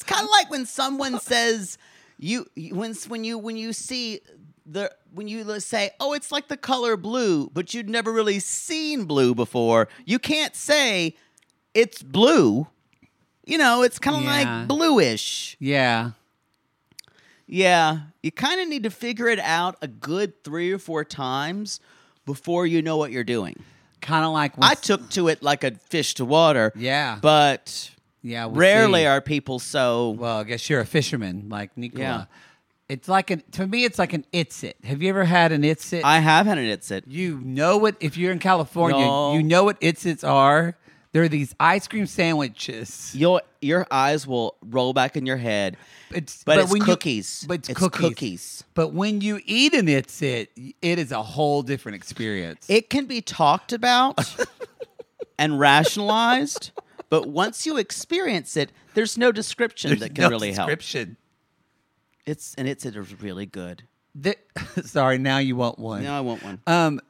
S3: kind of like when someone says you when when you when you see the when you say, "Oh, it's like the color blue," but you'd never really seen blue before. You can't say it's blue. You know, it's kind of
S4: Yeah.
S3: like bluish.
S4: Yeah.
S3: Yeah, you kind of need to figure it out a good three or four times before you know what you're doing.
S4: Kind of like when
S3: I took to it like a fish to water.
S4: Yeah.
S3: but
S4: Yeah, we
S3: rarely
S4: see.
S3: are people so.
S4: Well, I guess you're a fisherman, like Nicola.
S3: Yeah.
S4: It's like an to me, it's like an itsit. Have you ever had an itsit?
S3: I have had an it's it.
S4: you know it if you're in California.
S3: No.
S4: You know what itsits are. They're these ice cream sandwiches.
S3: Your your eyes will roll back in your head.
S4: It's
S3: But it's
S4: when you-
S3: cookies.
S4: but it's,
S3: It's
S4: cookies.
S3: cookies.
S4: But when you eat an itsit, it is a whole different experience.
S3: It can be talked about and rationalized, but once you experience it, there's no description that can
S4: no
S3: really help.
S4: description.
S3: It's and it's it is really good.
S4: The- sorry, now you want one.
S3: Now I want one.
S4: Um,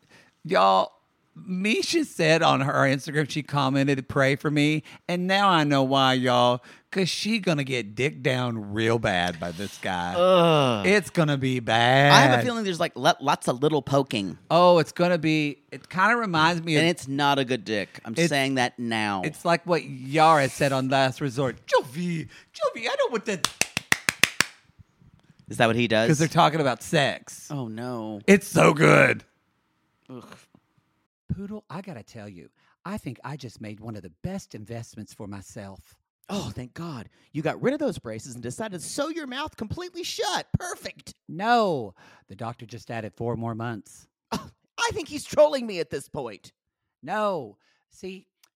S4: y'all, Misha said on her Instagram, she commented, "Pray for me," and now I know why, y'all, because she gonna get dicked down real bad by this guy. It's gonna be bad.
S3: I have a feeling there's like lo- lots of little poking,
S4: Oh, it's gonna be. It kind of reminds me.
S3: and
S4: of,
S3: it's not a good dick. I'm
S4: It's-
S3: saying that now.
S4: It's like what Yara said on Last Resort. Jovi, Jovi, I don't want that
S3: Is that what he does?
S4: because they're talking about sex.
S3: oh no.
S4: It's so good. Poodle, I gotta tell you, I think I just made one of the best investments for myself.
S6: Oh, thank God. You got rid of those braces and decided to sew your mouth completely shut. Perfect.
S4: No, the doctor just added four more months.
S6: Oh, I think he's trolling me at this point.
S4: No, see,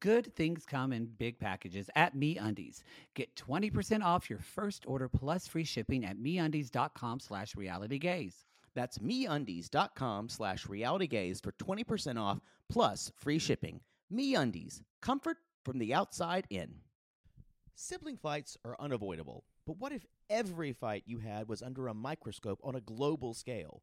S4: good things come in big packages at MeUndies. Get 20% off your first order plus free shipping at MeUndies.com slash realitygaze.
S6: That's meundies.com slash realitygaze for 20% off plus free shipping. MeUndies, comfort from the outside in. Sibling fights are unavoidable, but what if every fight you had was under a microscope on a global scale?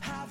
S7: Have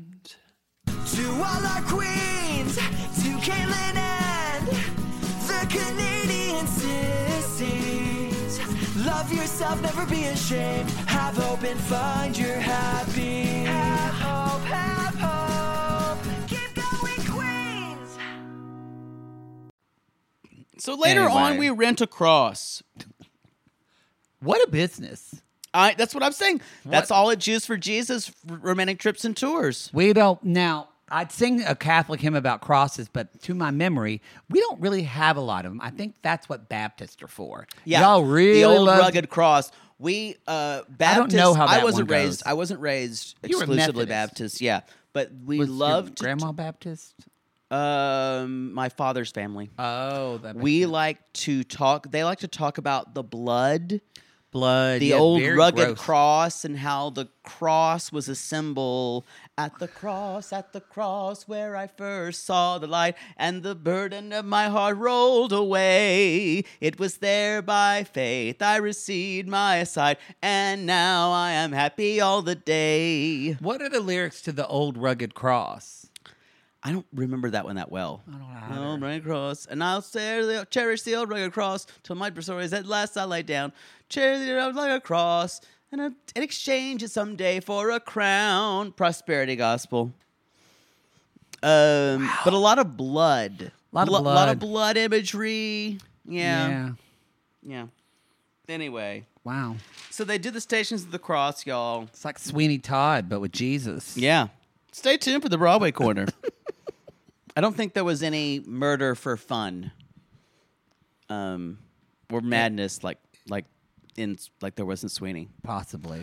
S7: To all our queens, to Caitlin and the Canadian sissies. Love yourself, never be ashamed. Have hope and find your happy. Have hope, have hope. Keep going, queens.
S3: So later on, we
S4: Anyway.
S3: rent a cross.
S4: What a business.
S3: I, that's what I'm saying. That's all at Jews for Jesus r- romantic trips and tours.
S4: We don't now. I'd sing a Catholic hymn about crosses, but to my memory, we don't really have a lot of them. I think that's what Baptists are for. y'all really
S3: the old
S4: love-
S3: rugged cross. We uh, Baptist.
S4: I don't know how that
S3: wasn't
S4: one goes.
S3: raised. I wasn't raised
S4: You were
S3: exclusively
S4: Methodist.
S3: Baptist. Yeah, but we
S4: Was your
S3: loved
S4: Grandma Baptist.
S3: um, my father's family.
S4: Oh, that makes
S3: we
S4: sense.
S3: like to talk. They like to talk about the blood.
S4: blood.
S3: the
S4: yeah,
S3: old
S4: very
S3: rugged
S4: gross.
S3: cross and how the cross was a symbol at the cross at the cross where i first saw the light and the burden of my heart rolled away it was there by faith i received my sight and now i am happy all the day
S4: What are the lyrics to the old rugged cross?
S3: i don't remember that one that well i don't know old rugged cross and i'll share the, cherish the old rugged cross till my story is at last i lay down cherish the old rugged cross and I- and exchange it someday for a crown prosperity gospel um, but a lot of blood,
S4: Lot of
S3: Blo- lot of
S4: blood.
S3: blood imagery. Yeah, yeah. Anyway,
S4: Wow.
S3: so they did the Stations of the Cross, y'all.
S4: It's like Sweeney Todd, but with Jesus.
S3: Yeah, stay tuned for the Broadway corner. I don't think there was any murder for fun, um, or madness like like in like there was in Sweeney.
S4: Possibly.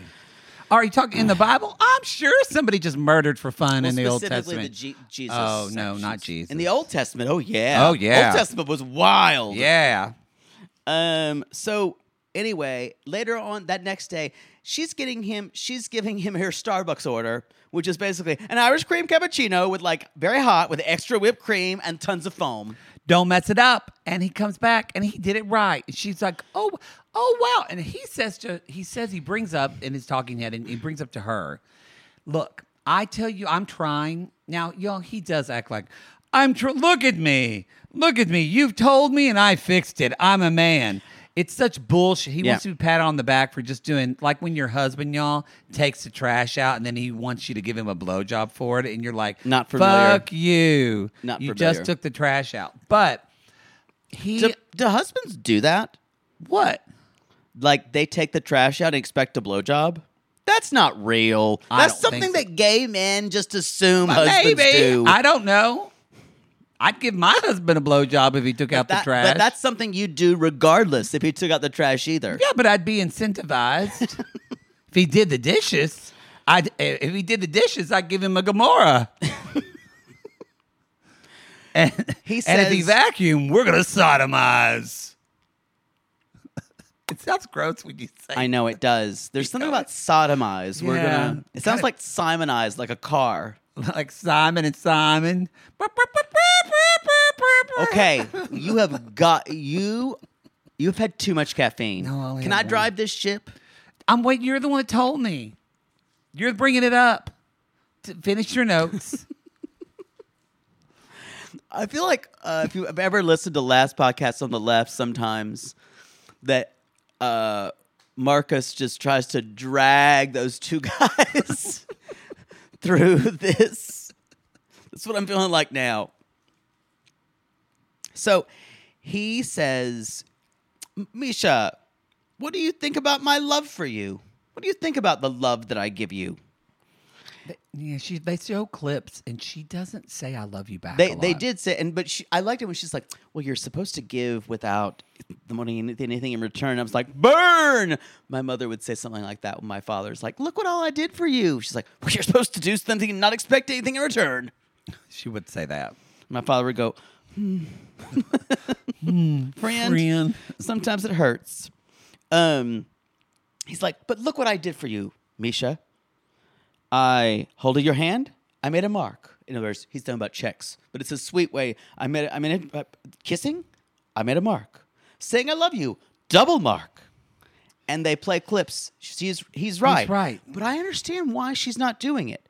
S4: Are you talking in the Bible? I'm sure somebody just murdered for fun
S3: Well,
S4: in the Old
S3: specifically
S4: Testament.
S3: the Je- Jesus.
S4: Oh, no, not
S3: sections.
S4: Jesus.
S3: In the Old Testament, oh yeah,
S4: Oh, yeah.
S3: Old Testament was wild.
S4: yeah.
S3: Um. So anyway, later on that next day, she's getting him. She's giving him her Starbucks order, which is basically an Irish cream cappuccino with like very hot with extra whipped cream and tons of foam.
S4: Don't mess it up. And he comes back and he did it right. And she's like, Oh, oh wow. And he says to he says he brings up in his talking head and he brings up to her, Look, I tell you, I'm trying. Now, y'all, he does act like I'm tr- look at me. Look at me. You've told me and I fixed it. I'm a man. It's such bullshit. He
S3: Yeah.
S4: wants to be pat on the back for just doing like when your husband, y'all, takes the trash out and then he wants you to give him a blowjob for it, and you're like,
S3: Not familiar.
S4: Fuck you.
S3: Not
S4: you
S3: familiar.
S4: just took the trash out. But he
S3: Do, do husbands do that?
S4: what?
S3: Like they take the trash out and expect a blowjob? That's not real.
S4: I
S3: That's
S4: don't think
S3: something
S4: so.
S3: that gay men just assume husbands
S4: Maybe
S3: do.
S4: I don't know. I'd give my husband a blowjob if he took out
S3: That-
S4: the trash.
S3: But that's something you do regardless if you took out the trash either.
S4: yeah, but I'd be incentivized if he did the dishes. I'd eh, if he did the dishes, I'd give him a Gamora. and,
S3: He
S4: and if he
S3: says-
S4: vacuumed, we're gonna sodomize. it sounds gross when you say.
S3: I know it does. There's something about sodomize. We're
S4: Yeah.
S3: gonna. It sounds like Simonize, like a car.
S4: like Simon and Simon.
S3: Okay, you have got you. You've had too much caffeine.
S4: No, I only
S3: Can
S4: had
S3: I
S4: one.
S3: drive this ship?
S4: I'm waiting. You're the one that told me. You're bringing it up. To finish your notes.
S3: I feel like uh, if you've ever listened to last podcast on the left, sometimes that uh, Marcus just tries to drag those two guys through this. That's what I'm feeling like now. So he says, Misha, what do you think about my love for you? What do you think about the love that I give you?
S4: yeah, she. They show clips, and she doesn't say "I love you" back.
S3: They
S4: a
S3: they
S4: lot.
S3: did say, and but she, I liked it when she's like, "Well, you're supposed to give without the money anything, anything in return." I was like, "Burn!" My mother would say something like that when my father's like, "Look what all I did for you." She's like, "Well, you're supposed to do something and not expect anything in return."
S4: She would say that.
S3: My father would go, hmm. friend,
S4: Friend.
S3: Sometimes it hurts. Um, he's like, but look what I did for you, Misha. I holded your hand. I made a mark. In other words, he's talking about checks, but it's a sweet way. I made. I mean, uh, kissing. I made a mark. Saying I love you. Double mark. And they play clips. She's he's right.
S4: right.
S3: But I understand why she's not doing it.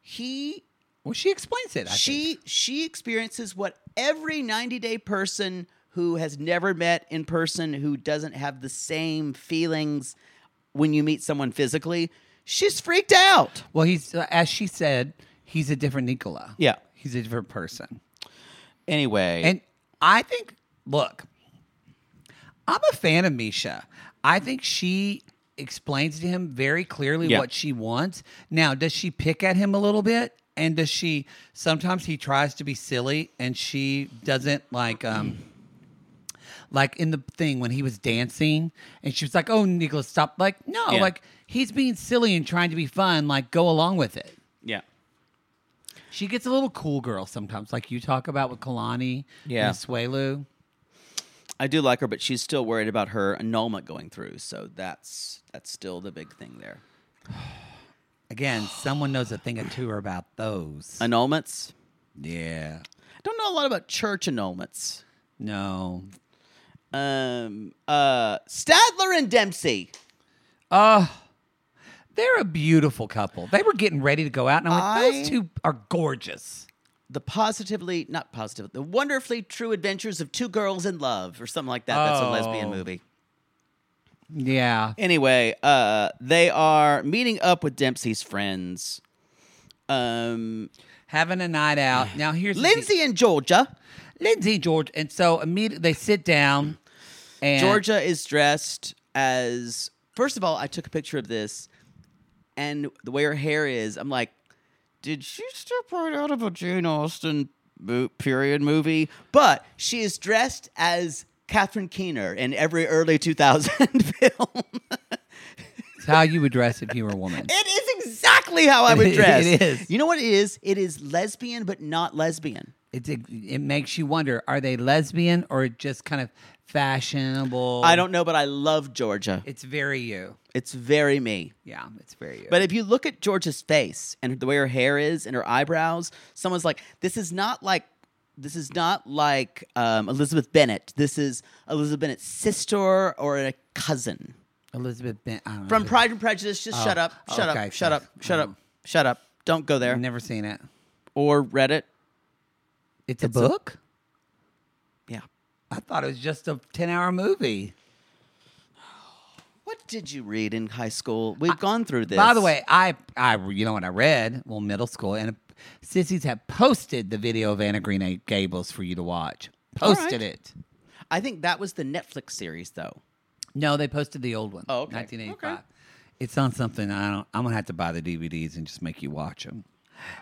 S3: He
S4: Well, she explains it. I
S3: she
S4: think.
S3: she experiences what every 90 day person who has never met in person who doesn't have the same feelings when you meet someone physically she's freaked out
S4: Well, he's uh, as she said. He's a different Nicola.
S3: Yeah.
S4: he's a different person.
S3: anyway
S4: And I think, look, I'm a fan of Misha. I think she explains to him very clearly
S5: Yeah.
S4: what she wants. Now, does she pick at him a little bit? And does she sometimes he tries to be silly and she doesn't like um like in the thing when he was dancing and she was like, "Oh, Nicholas, stop." Like, no,
S5: Yeah.
S4: like he's being silly and trying to be fun, like go along with it.
S5: Yeah.
S4: She gets a little cool girl sometimes, like you talk about with Kalani
S3: Yeah.
S4: and Swelu.
S3: I do like her, but she's still worried about her annulment going through. So that's that's still the big thing there.
S4: Again, someone knows a thing or two about those.
S3: Annulments.
S4: yeah.
S3: I don't know a lot about church annulments.
S4: No.
S3: Um, uh, Stadler and Dempsey.
S4: They're a beautiful couple. They were getting ready to go out, and I'm like,
S3: I-
S4: those two are gorgeous.
S3: The positively, not positive, the wonderfully true adventures of two girls in love, or something like that. That's a lesbian
S4: Oh.
S3: movie.
S4: Yeah.
S3: Anyway, uh, they are meeting up with Dempsey's friends. Um,
S4: Having a night out. Now, here's the
S3: Lindsay and Georgia.
S4: deal. Lindsay, George. And so immediately they sit down, and
S3: Georgia is dressed as. First of all, I took a picture of this, and the way her hair is, I'm like, did she step right out of a Jane Austen mo- period movie? But she is dressed as Catherine Keener in every early 2000 film.
S4: It's how you would dress if you were a woman.
S3: it is exactly how I would dress.
S4: It is.
S3: You know what it is? It is lesbian, but not lesbian.
S4: It, it, it makes you wonder are they lesbian or just kind of fashionable?
S3: I don't know, but I love Georgia.
S4: It's very you.
S3: It's very me.
S4: Yeah, it's very you.
S3: But if you look at Georgia's face and the way her hair is and her eyebrows, someone's like, "This is not like, this is not like um, Elizabeth Bennett. This is Elizabeth Bennett's sister or a cousin
S4: Elizabeth Bent. I don't know.
S3: from Pride and Prejudice." Just shut up, shut
S4: Oh. okay,
S3: up, shut up,
S4: thanks.
S3: shut up, shut up. Don't go there
S4: I've never seen it.
S3: or Reddit.
S4: It's, a book?
S3: Yeah.
S4: I thought it was just a 10 hour movie.
S3: What did you read in high school? We've gone through this.
S4: By the way, I, I, you know what I read? Well, middle school, and sissies have posted the video of Anna Green Gables for you to watch.
S3: All right.
S4: Posted it.
S3: I think that was the Netflix series, though.
S4: No, they posted the old one.
S3: Oh, okay.
S4: 1985. It's on something I don't. I'm gonna have to buy the DVDs and just make you watch them.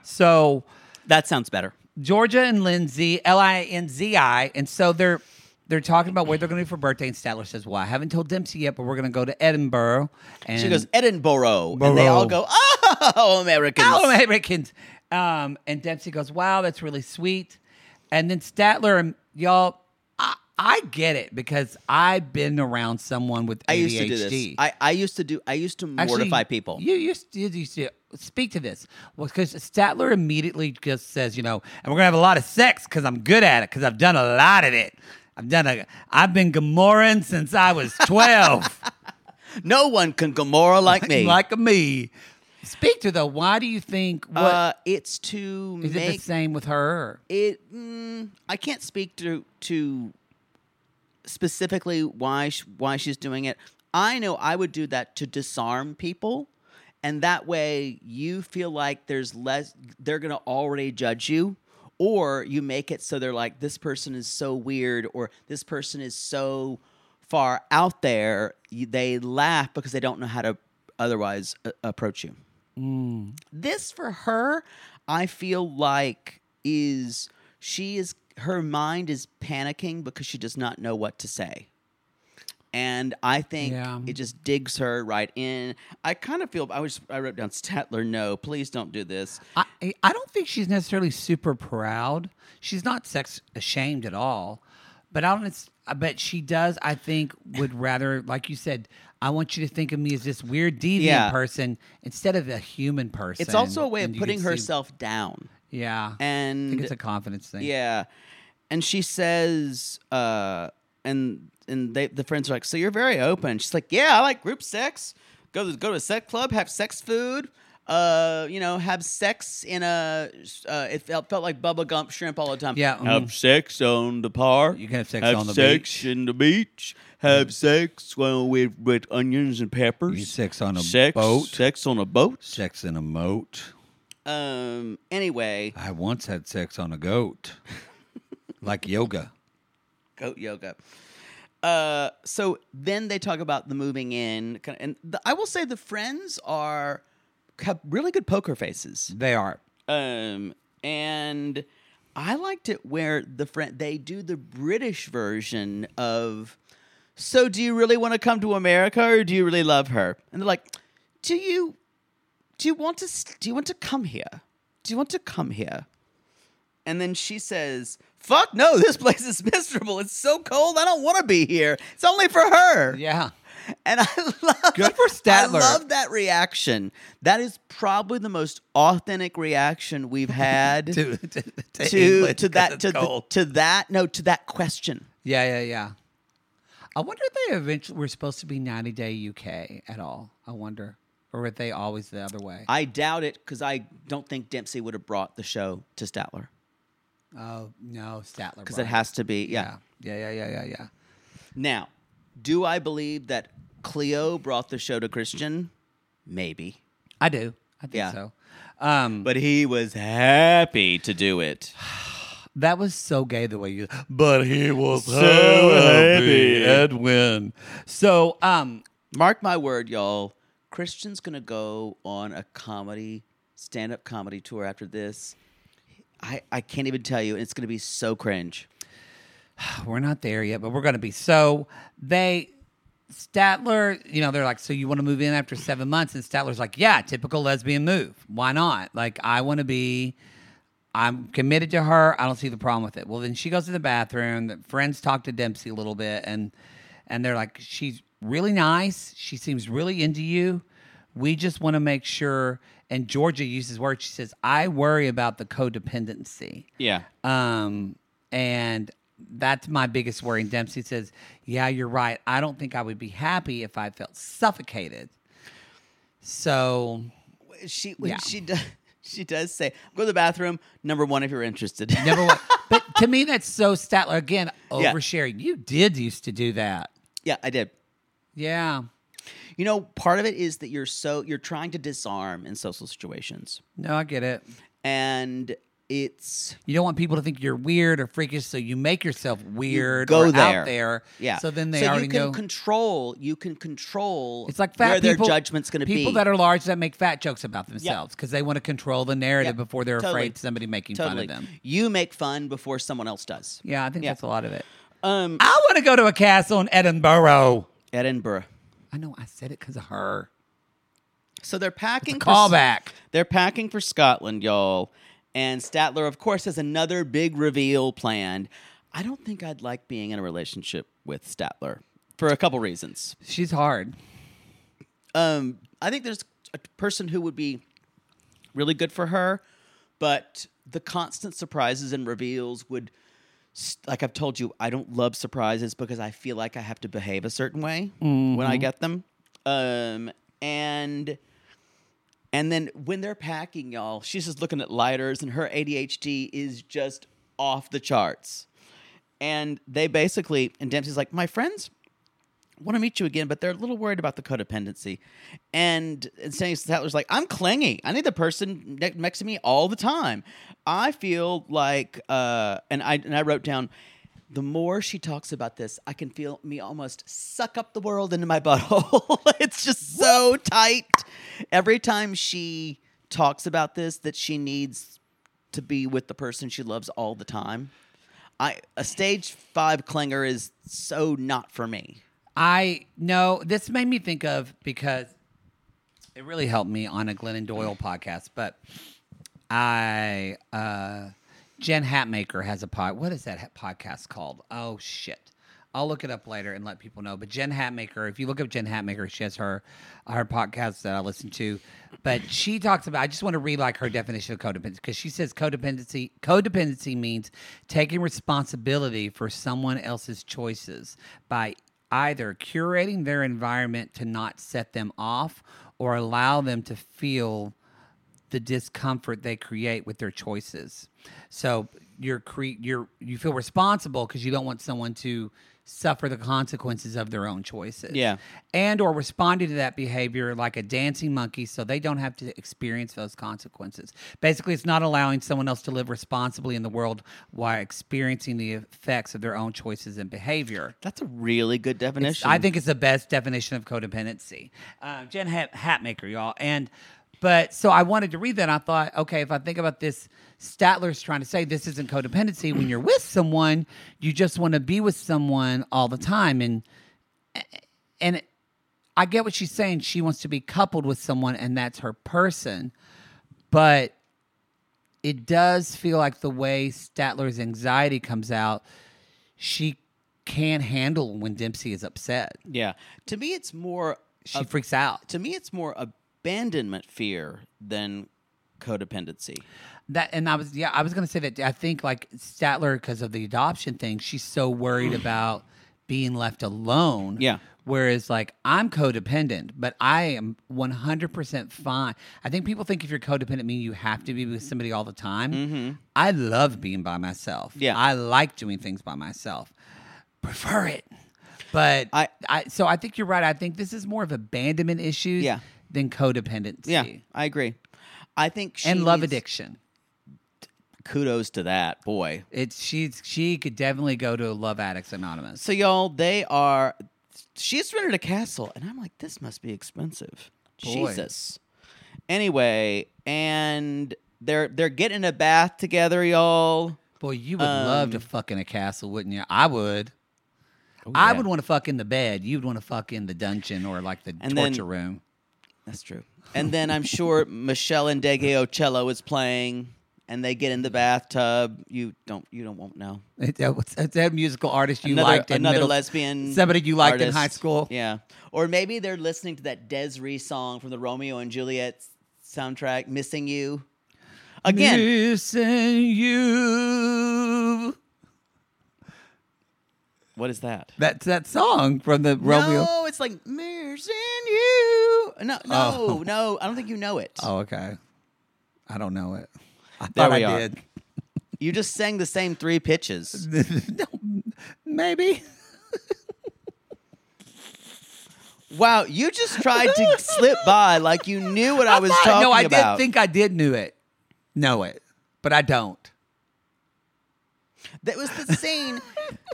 S4: So
S3: That sounds better.
S4: Georgia and Lindsay, L I N Z I, and so they're they're talking about what they're gonna do for birthday. And Statler says, "Well, I haven't told Dempsey yet, but we're gonna go to Edinburgh." And
S3: She goes Edinburgh, and they all
S4: Burrow.
S3: go, "Oh, Americans!"
S4: Oh, Americans. Um, and Dempsey goes, wow, that's really sweet. And then Statler and y'all, I, I get it because I've been around someone with ADHD.
S3: I used to do this. I, I used to do. I used to
S4: Actually,
S3: mortify people.
S4: You used to, you used to speak to this because Statler immediately just says, you know, and we're gonna have a lot of sex because I'm good at it because I've done a lot of it. I've done a. I've been Gamoran since I was twelve.
S3: no one can Gomorrah like me.
S4: like me. Speak to though. Why do you think? What is
S3: uh, it's to
S4: it? The
S3: make
S4: same with her?
S3: it. Mm, I can't speak to to specifically why sh- why she's doing it. I know I would do that to disarm people, and that way you feel like there's less. They're gonna already judge you. Or you make it so they're like, this person is so weird, or this person is so far out there, you, they laugh because they don't know how to otherwise uh, approach you. This for her, I feel like is she is her mind is panicking because she does not know what to say. And I think
S4: Yeah.
S3: it just digs her right in. I kind of feel I was I wrote down Statler, no, please don't do this.
S4: I I don't think she's necessarily super proud. She's not sex ashamed at all, but I don't. But she does. I think would rather, like you said, I want you to think of me as this weird deviant
S3: Yeah.
S4: person instead of a human person.
S3: It's also a way of
S4: And you can
S3: putting
S4: see-
S3: herself down.
S4: yeah, I
S3: And
S4: think it's a confidence thing.
S3: Yeah. And she says, uh, and and they the friends are like, so you're very open. She's like, yeah, I like group sex. Go to go to a sex club, have sex food. Uh, you know, have sex in a. Uh, it felt, felt like bubble gump shrimp all the time.
S4: Yeah,
S3: have
S4: mhm.
S3: sex on the park.
S4: You can have sex on the Mm-hmm.
S5: beach.
S3: in the beach. Have sex well, with with onions and peppers.
S4: You sex on a
S3: sex,
S4: boat.
S3: Sex on a boat.
S4: Sex in a moat.
S3: Um. Anyway,
S4: I once had sex on a goat, like yoga.
S3: goat yoga. Uh, so then they talk about the moving in, kind of- and the, I will say the friends are have really good poker faces.
S4: They are.
S3: Um, and I liked it where the friend they do the British version of. So, do you really want to come to America, or do you really love her? And they're like, "Do you, do you want to? s- Do you want to come here? Do you want to come here?" And then she says, "Fuck no! This place is miserable. It's so cold. I don't want to be here. It's only for her."
S4: Yeah.
S3: And I love
S4: Good for Statler.
S3: I love that reaction. That is probably the most authentic reaction we've had
S4: To to, to,
S3: to
S4: England
S3: to
S4: 'cause
S3: that
S4: it's
S3: to, the,
S4: cold.
S3: to that no to that question.
S4: Yeah, yeah, yeah. I wonder if they eventually were supposed to be 90 day UK at all. I wonder. Or were they always the other way?
S3: I doubt it because I don't think Dempsey would have brought the show to Statler
S4: oh, no, Statler.
S3: because
S4: brought
S3: it has to be yeah.
S4: Yeah. Yeah, yeah, yeah, yeah, yeah.
S3: Now, do I believe that Cleo brought the show to Christian? Maybe,
S4: I do. I think
S3: Yeah.
S4: so. Um,
S3: but he was happy to do it.
S4: that was so gay the way you. But he was so
S5: happy.
S4: Edwin. So, um,
S3: Mark my word, y'all. Christian's gonna go on a comedy, stand-up comedy tour after this. I, I can't even tell you. It's gonna be so cringe.
S4: we're not there yet, but we're going to be. So they, Statler, you know, they're like, so you want to move in after seven months? And Statler's like, yeah, typical lesbian move. Why not? Like, I want to be, I'm committed to her. I don't see the problem with it. Well, then she goes to the bathroom. The friends talk to Dempsey a little bit, and and they're like, she's really nice. She seems really into you. We just want to make sure. And Georgia uses words. She says, I worry about the codependency.
S3: Yeah.
S4: Um, and that's my biggest worry. And Dempsey says, Yeah, you're right. I don't think I would be happy if I felt suffocated. So,
S3: She when
S4: Yeah.
S3: she does she does say, "Go to the bathroom." Number one, if you're interested.
S4: never wa- But to me, that's so Statler. Again,
S3: Yeah.
S4: oversharing. You did used to do that.
S3: yeah, I did.
S4: Yeah.
S3: You know, part of it is that you're so you're trying to disarm in social situations,
S4: No, I get it.
S3: and it's
S4: You don't want people to think you're weird or freakish, so you make yourself weird
S3: go
S4: or
S3: there.
S4: out there.
S3: yeah.
S4: So then they
S3: so
S4: already
S3: you can
S4: know.
S3: control. You can control.
S4: It's like fat
S3: where
S4: people.
S3: their judgment's going to be.
S4: People that are large that make fat jokes about themselves because they want to control the narrative
S3: Yeah,
S4: before they're
S3: totally.
S4: afraid somebody making
S3: totally.
S4: fun of them.
S3: You make fun before someone else does.
S4: Yeah, I think
S3: Yeah.
S4: that's a lot of it.
S3: Um,
S4: I want to go to a castle in Edinburgh.
S3: Edinburgh.
S4: I know I said it because of her.
S3: So they're packing for-
S4: Callback.
S3: They're packing for Scotland, y'all. And Statler, of course, has another big reveal planned. I don't think I'd like being in a relationship with Statler for a couple reasons.
S4: She's hard.
S3: Um, I think there's a person who would be really good for her, but the constant surprises and reveals would, s- like I've told you, I don't love surprises because I feel like I have to behave a certain way when I get them. Um, and and then when they're packing, y'all, she's just looking at lighters, and her ADHD is just off the charts. And they basically, and Dempsey's like, my friends want to meet you again, but they're a little worried about the codependency. And, and Stanley Statler's like, I'm clingy. I need the person ne- next to me all the time. I feel like, uh, and I and I wrote down, the more she talks about this, I can feel me almost suck up the world into my butthole. it's just so tight. Every time she talks about this, that she needs to be with the person she loves all the time. I a stage five clinger is so not for me.
S4: I know this made me think of because it really helped me on a Glennon Doyle podcast. But I, uh, Jen Hatmaker has a pod. What is that ha- podcast called? Oh shit. I'll look it up later and let people know. But Jen Hatmaker, if you look up Jen Hatmaker, she has her her podcast that I listen to. But she talks about. I just want to read like her definition of codependency because she says codependency codependency means taking responsibility for someone else's choices by either curating their environment to not set them off or allow them to feel the discomfort they create with their choices. So you're cre- you're you feel responsible because you don't want someone to suffer the consequences of their own choices.
S3: Yeah.
S4: And or responded to that behavior like a dancing monkey so they don't have to experience those consequences. Basically, it's not allowing someone else to live responsibly in the world while experiencing the effects of their own choices and behavior.
S3: That's a really good definition.
S4: I think it's the best definition of codependency. Uh, Jen Hat- Hatmaker, y'all. And but so I wanted to read that. And I thought, okay, if I think about this, Statler's trying to say this isn't codependency. When you're with someone, you just want to be with someone all the time, and and I get what she's saying. She wants to be coupled with someone, and that's her person. But it does feel like the way Statler's anxiety comes out, she can't handle when Dempsey is upset.
S3: yeah. To me, it's more.
S4: She freaks out.
S3: To me, it's more abandonment fear than codependency.
S4: That and I was yeah, I was gonna say that I think like Statler because of the adoption thing, she's so worried about being left alone.
S3: Yeah.
S4: Whereas like I'm codependent, but I am 100% fine. I think people think if you're codependent, mean you have to be with somebody all the time. I love being by myself.
S3: Yeah.
S4: I like doing things by myself. Prefer it. But I,
S3: I-
S4: I so I think you're right. I think this is more of abandonment issues
S3: Yeah.
S4: than codependency.
S3: Yeah, I agree. I think she
S4: And love
S3: needs-
S4: addiction.
S3: Kudos to that boy.
S4: It's she's she could definitely go to Love Addicts Anonymous.
S3: So y'all, they are. She's rented a castle, and I'm like, this must be expensive.
S4: Boy.
S3: Jesus. Anyway, and they're they're getting a bath together, y'all.
S4: Boy, you would love
S3: Um,
S4: to fuck in a castle, wouldn't you? I would.
S3: Oh,
S4: I would want to fuck in the bed. You'd want to fuck in the dungeon or like the
S3: And then-
S4: torture room.
S3: That's true. And then I'm sure Michelle and Dege Ocello is playing, and they get in the bathtub. You don't you don't won't know.
S4: It, that was- it's that musical artist you
S3: another,
S4: liked in
S3: another
S4: middle-
S3: lesbian
S4: somebody you liked in
S3: artist.
S4: high school.
S3: yeah or maybe they're listening to that desiree song from the romeo and juliet s- soundtrack missing you again
S4: Missing you.
S3: what is that
S4: That's that song from the Romeo.
S3: no it's like missing you no no
S4: Oh.
S3: no i don't think you know it
S4: Oh, okay. I don't know it. I
S3: There
S4: thought
S3: we
S4: I
S3: are.
S4: did.
S3: you just sang the same three pitches
S4: Maybe.
S3: wow you just tried to slip by like you knew what i, was
S4: thought-
S3: talking
S4: No, I
S3: about
S4: did think I did knew it. Know it. But I don't.
S3: That was the scene.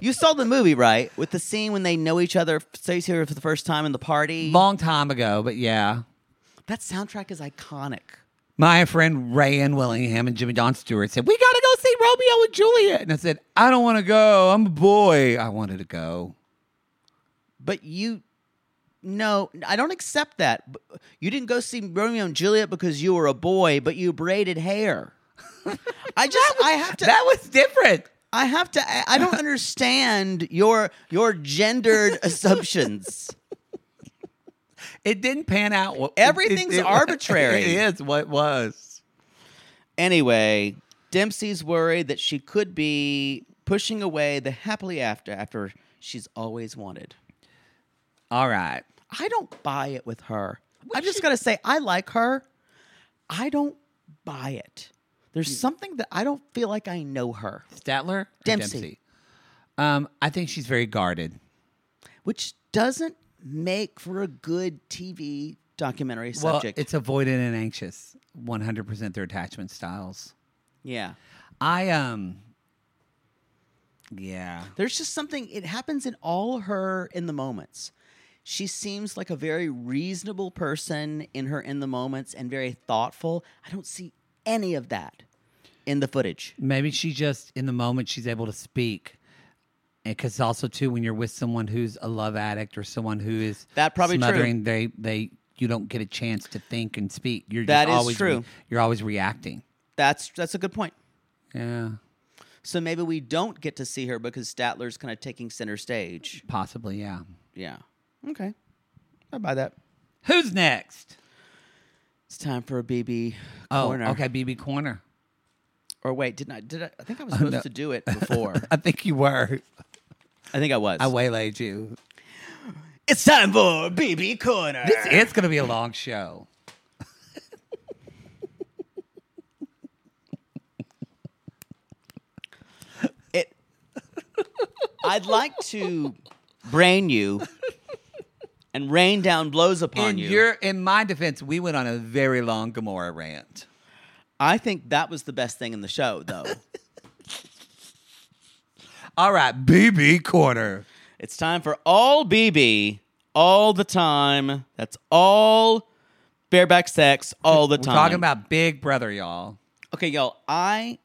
S3: you saw the movie, right? With the scene when they know each other, say each other for the first time in the party.
S4: Long time ago, but yeah.
S3: That soundtrack is iconic.
S4: My friend Rayanne Willingham and Jimmy Don Stewart said, We gotta go see Romeo and Juliet. And I said, I don't wanna go. I'm a boy. I wanted to go.
S3: But you, no, I don't accept that. B- You didn't go see Romeo and Juliet because you were a boy, but you braided hair. I just, I have to,
S4: That was different.
S3: I have to, I I don't understand your your gendered assumptions.
S4: It didn't pan out. Well,
S3: Everything's arbitrary.
S4: It is what was.
S3: Anyway, Dempsey's worried that she could be pushing away the happily after after she's always wanted.
S4: All right.
S3: I don't buy it with her. I'm just gonna say I like her. I don't buy it.
S4: Hmm.
S3: There's something that I don't feel like I know her,
S4: Statler? or
S3: Dempsey.
S4: Um, I think she's very guarded.
S3: which doesn't make for a good TV documentary subject.
S4: Well, it's avoidant and anxious. 100% their attachment styles.
S3: yeah.
S4: I um yeah.
S3: There's just something it happens in all her in the moments. She seems like a very reasonable person in her in the moments and very thoughtful. I don't see any of that in the footage.
S4: Maybe she just in the moment she's able to speak. And cuz also too when you're with someone who's a love addict or someone who is
S3: That probably true.
S4: smothering they they you don't get a chance to think and speak. You're just
S3: That is
S4: always re-
S3: true.
S4: you're always reacting.
S3: That's that's a good point.
S4: Yeah.
S3: So maybe we don't get to see her because Statler's kind of taking center stage.
S4: Possibly, yeah.
S3: Yeah. Okay. I buy that.
S4: Who's next?
S3: It's time for a BB
S4: Oh,
S3: corner.
S4: okay, BB corner.
S3: Or wait, didn't I? Did I? I think I was supposed to do it before.
S4: I think you were.
S3: I think I was.
S4: I waylaid you.
S3: it's time for BB corner.
S4: This it's going to be a long show.
S3: It. I'd like to brain you, and rain down blows upon
S4: in
S3: you.
S4: your in my defense, we went on a very long Gamora rant.
S3: I think that was the best thing in the show, though.
S4: All right, BB corner.
S3: it's time for all BB, all the time. That's all bareback sex, all the
S4: We're
S3: time.
S4: talking about Big Brother, y'all.
S3: Okay, y'all. I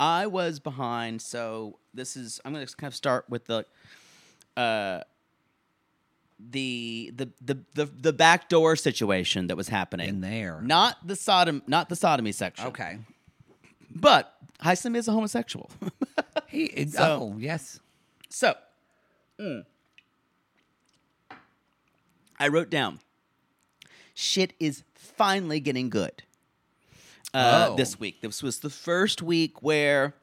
S3: I was behind, so this is. I'm gonna just kind of start with the uh the the the the, the backdoor situation that was happening
S4: In there.
S3: Not the sodom, not the sodomy section.
S4: Okay.
S3: but Heisem is a homosexual,
S4: He is,
S3: So-
S4: oh yes.
S3: so mm, I wrote down. Shit is finally getting good. uh,
S4: Oh.
S3: this week. This was the first week where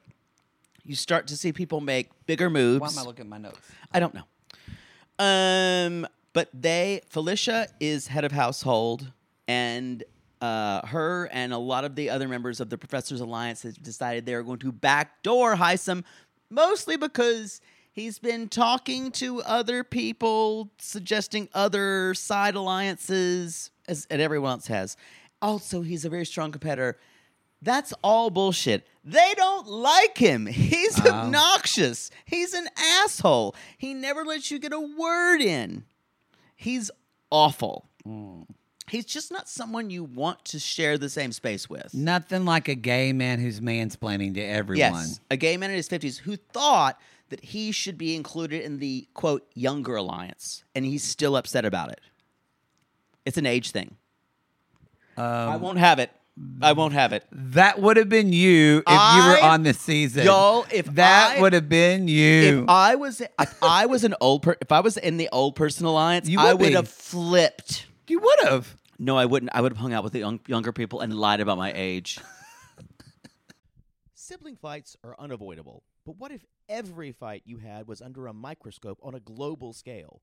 S3: you start to see people make bigger moves.
S4: Why am I looking at my notes?
S3: I don't know. Um, but they Felicia is head of household, and uh, her and a lot of the other members of the Professors Alliance have decided they are going to backdoor Heisem, mostly because he's been talking to other people, suggesting other side alliances, as and everyone else has. Also, he's a very strong competitor. That's all bullshit. They don't like him. He's obnoxious. He's an asshole. He never lets you get a word in. He's awful.
S4: Mm.
S3: He's just not someone you want to share the same space with.
S4: Nothing like a gay man who's mansplaining to everyone.
S3: Yes, a gay man in his 50s who thought that he should be included in the quote younger alliance, and he's still upset about it. It's an age thing.
S4: Um,
S3: I won't have it. I won't have it.
S4: That would have been you if you were
S3: I-
S4: on this season.
S3: Y'all, if
S4: that
S3: I-
S4: would have been you.
S3: If I was if I was an old per- if I was in the old person alliance,
S4: You
S3: I
S4: would
S3: would
S4: be.
S3: have flipped.
S4: you would have.
S3: No, I wouldn't. I would have hung out with the young, younger people and lied about my age.
S6: Sibling fights are unavoidable, but what if every fight you had was under a microscope on a global scale?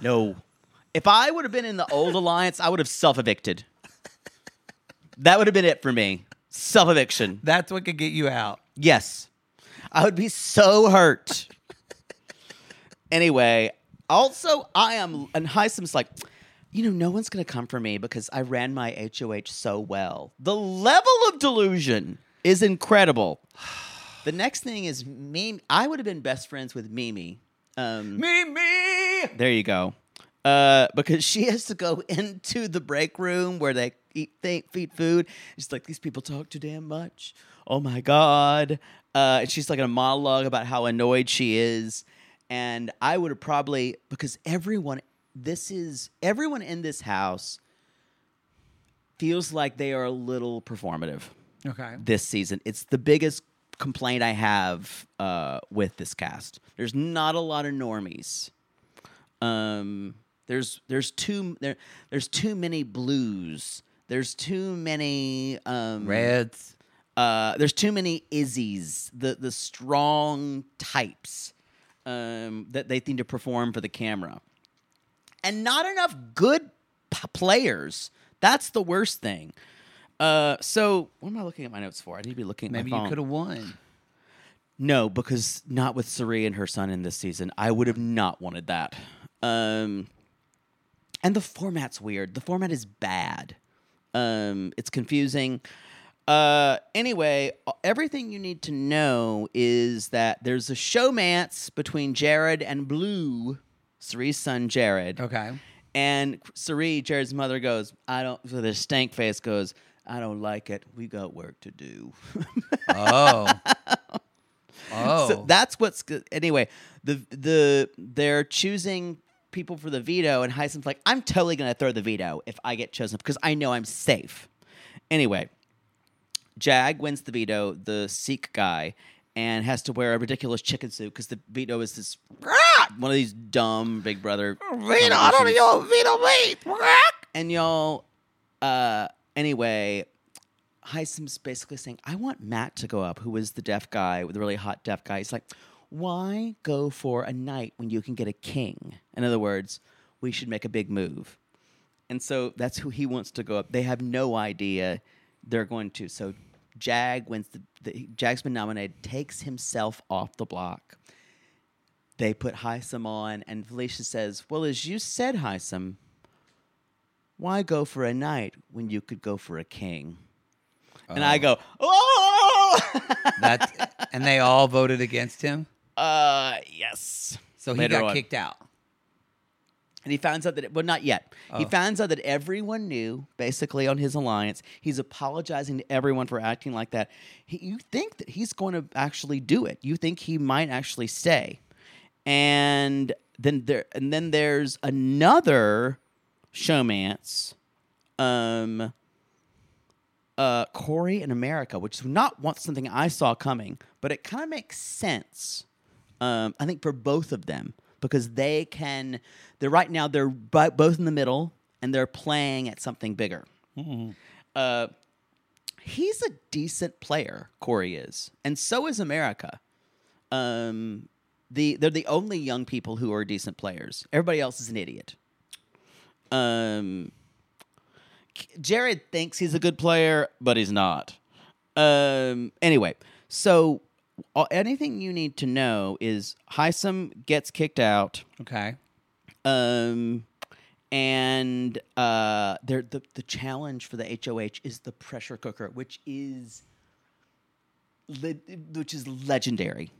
S3: No. If I would have been in the old alliance, I would have self evicted. That would have been it for me. Self eviction.
S4: That's what could get you out.
S3: Yes. I would be so hurt. anyway, also, I am, and Heisem's like, you know, no one's going to come for me because I ran my HOH so well. The level of delusion is incredible. The next thing is Mimi. I would have been best friends with Mimi. Um,
S4: Mimi.
S3: there you go. Uh, because she has to go into the break room where they eat th- feed food. She's like, these people talk too damn much. Oh my god! Uh, and she's like in a monologue about how annoyed she is. And I would have probably because everyone, this is everyone in this house feels like they are a little performative.
S4: Okay.
S3: this season. It's the biggest complaint I have uh, with this cast. There's not a lot of normies. Um, there's there's too there, there's too many blues. There's too many um,
S4: Reds.
S3: uh, there's too many Izzies, the the strong types um, that they seem to perform for the camera, and not enough good p- players. That's the worst thing. Uh, so what am I looking at my notes for? I need to be looking at
S4: Maybe
S3: my phone.
S4: you could have won.
S3: No, because not with Sari and her son in this season. I would have not wanted that. Um, and the format's weird. The format is bad. Um, it's confusing. Uh, anyway, everything you need to know is that there's a showmance between Jared and Blue, Sari's son Jared.
S4: Okay.
S3: And Sari, Jared's mother, goes, I don't, with her stank face, goes, I don't like it. We got work to do.
S4: Oh. oh.
S3: So that's what's good. Anyway, the the they're choosing people for the veto, and Heisen's like, I'm totally gonna throw the veto if I get chosen because I know I'm safe. Anyway, Jag wins the veto, the Sikh guy, and has to wear a ridiculous chicken suit because the veto is this one of these dumb Big Brother. Veto, I don't know veto me. And y'all, uh, anyway, Heisem's basically saying, I want Matt to go up, who is the deaf guy, the really hot deaf guy. He's like, why go for a night when you can get a king? In other words, we should make a big move. And so that's who he wants to go up. They have no idea they're going to. So Jag wins the, the Jag's been nominated, takes himself off the block. They put Heisem on, and Felicia says, Well, as you said, Heisem, why go for a knight when you could go for a king? And I go, oh,
S4: That's and they all voted against him.
S3: uh, yes.
S4: So he
S3: Later
S4: got
S3: on.
S4: kicked out.
S3: And he finds out that, it, well, not yet. He finds out that everyone knew, basically, on his alliance. He's apologizing to everyone for acting like that. He, you think that he's going to actually do it. You think he might actually stay. And then there, and then there's another showmance, um, uh, Corey in America, which is not once something I saw coming, but it kind of makes sense. um, I think for both of them because they can. They're right now. They're bo- both in the middle and they're playing at something bigger. Uh, he's a decent player. Corey is, and so is America. Um, the they're the only young people who are decent players. Everybody else is an idiot. Um, K- Jared thinks he's a good player, but he's not. Um. Anyway, so uh, anything you need to know is Heisem gets kicked out.
S4: Okay.
S3: Um, and uh, there the the challenge for the HOH is the pressure cooker, which is le- which is legendary.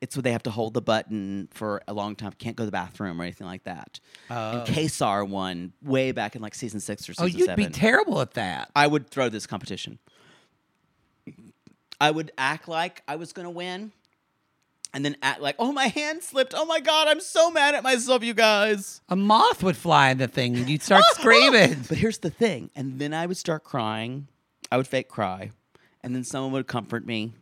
S3: It's where they have to hold the button for a long time. Can't go to the bathroom or anything like that. And Kesar won way back in like season six or season
S4: Uh, Oh, you'd
S3: seven.
S4: be terrible at that.
S3: I would throw this competition. I would act like I was going to win and then act like, oh, my hand slipped. Oh my God, I'm so mad at myself, you guys.
S4: A moth would fly in the thing. and You'd start screaming.
S3: But here's the thing. And then I would start crying. I would fake cry. And then someone would comfort me.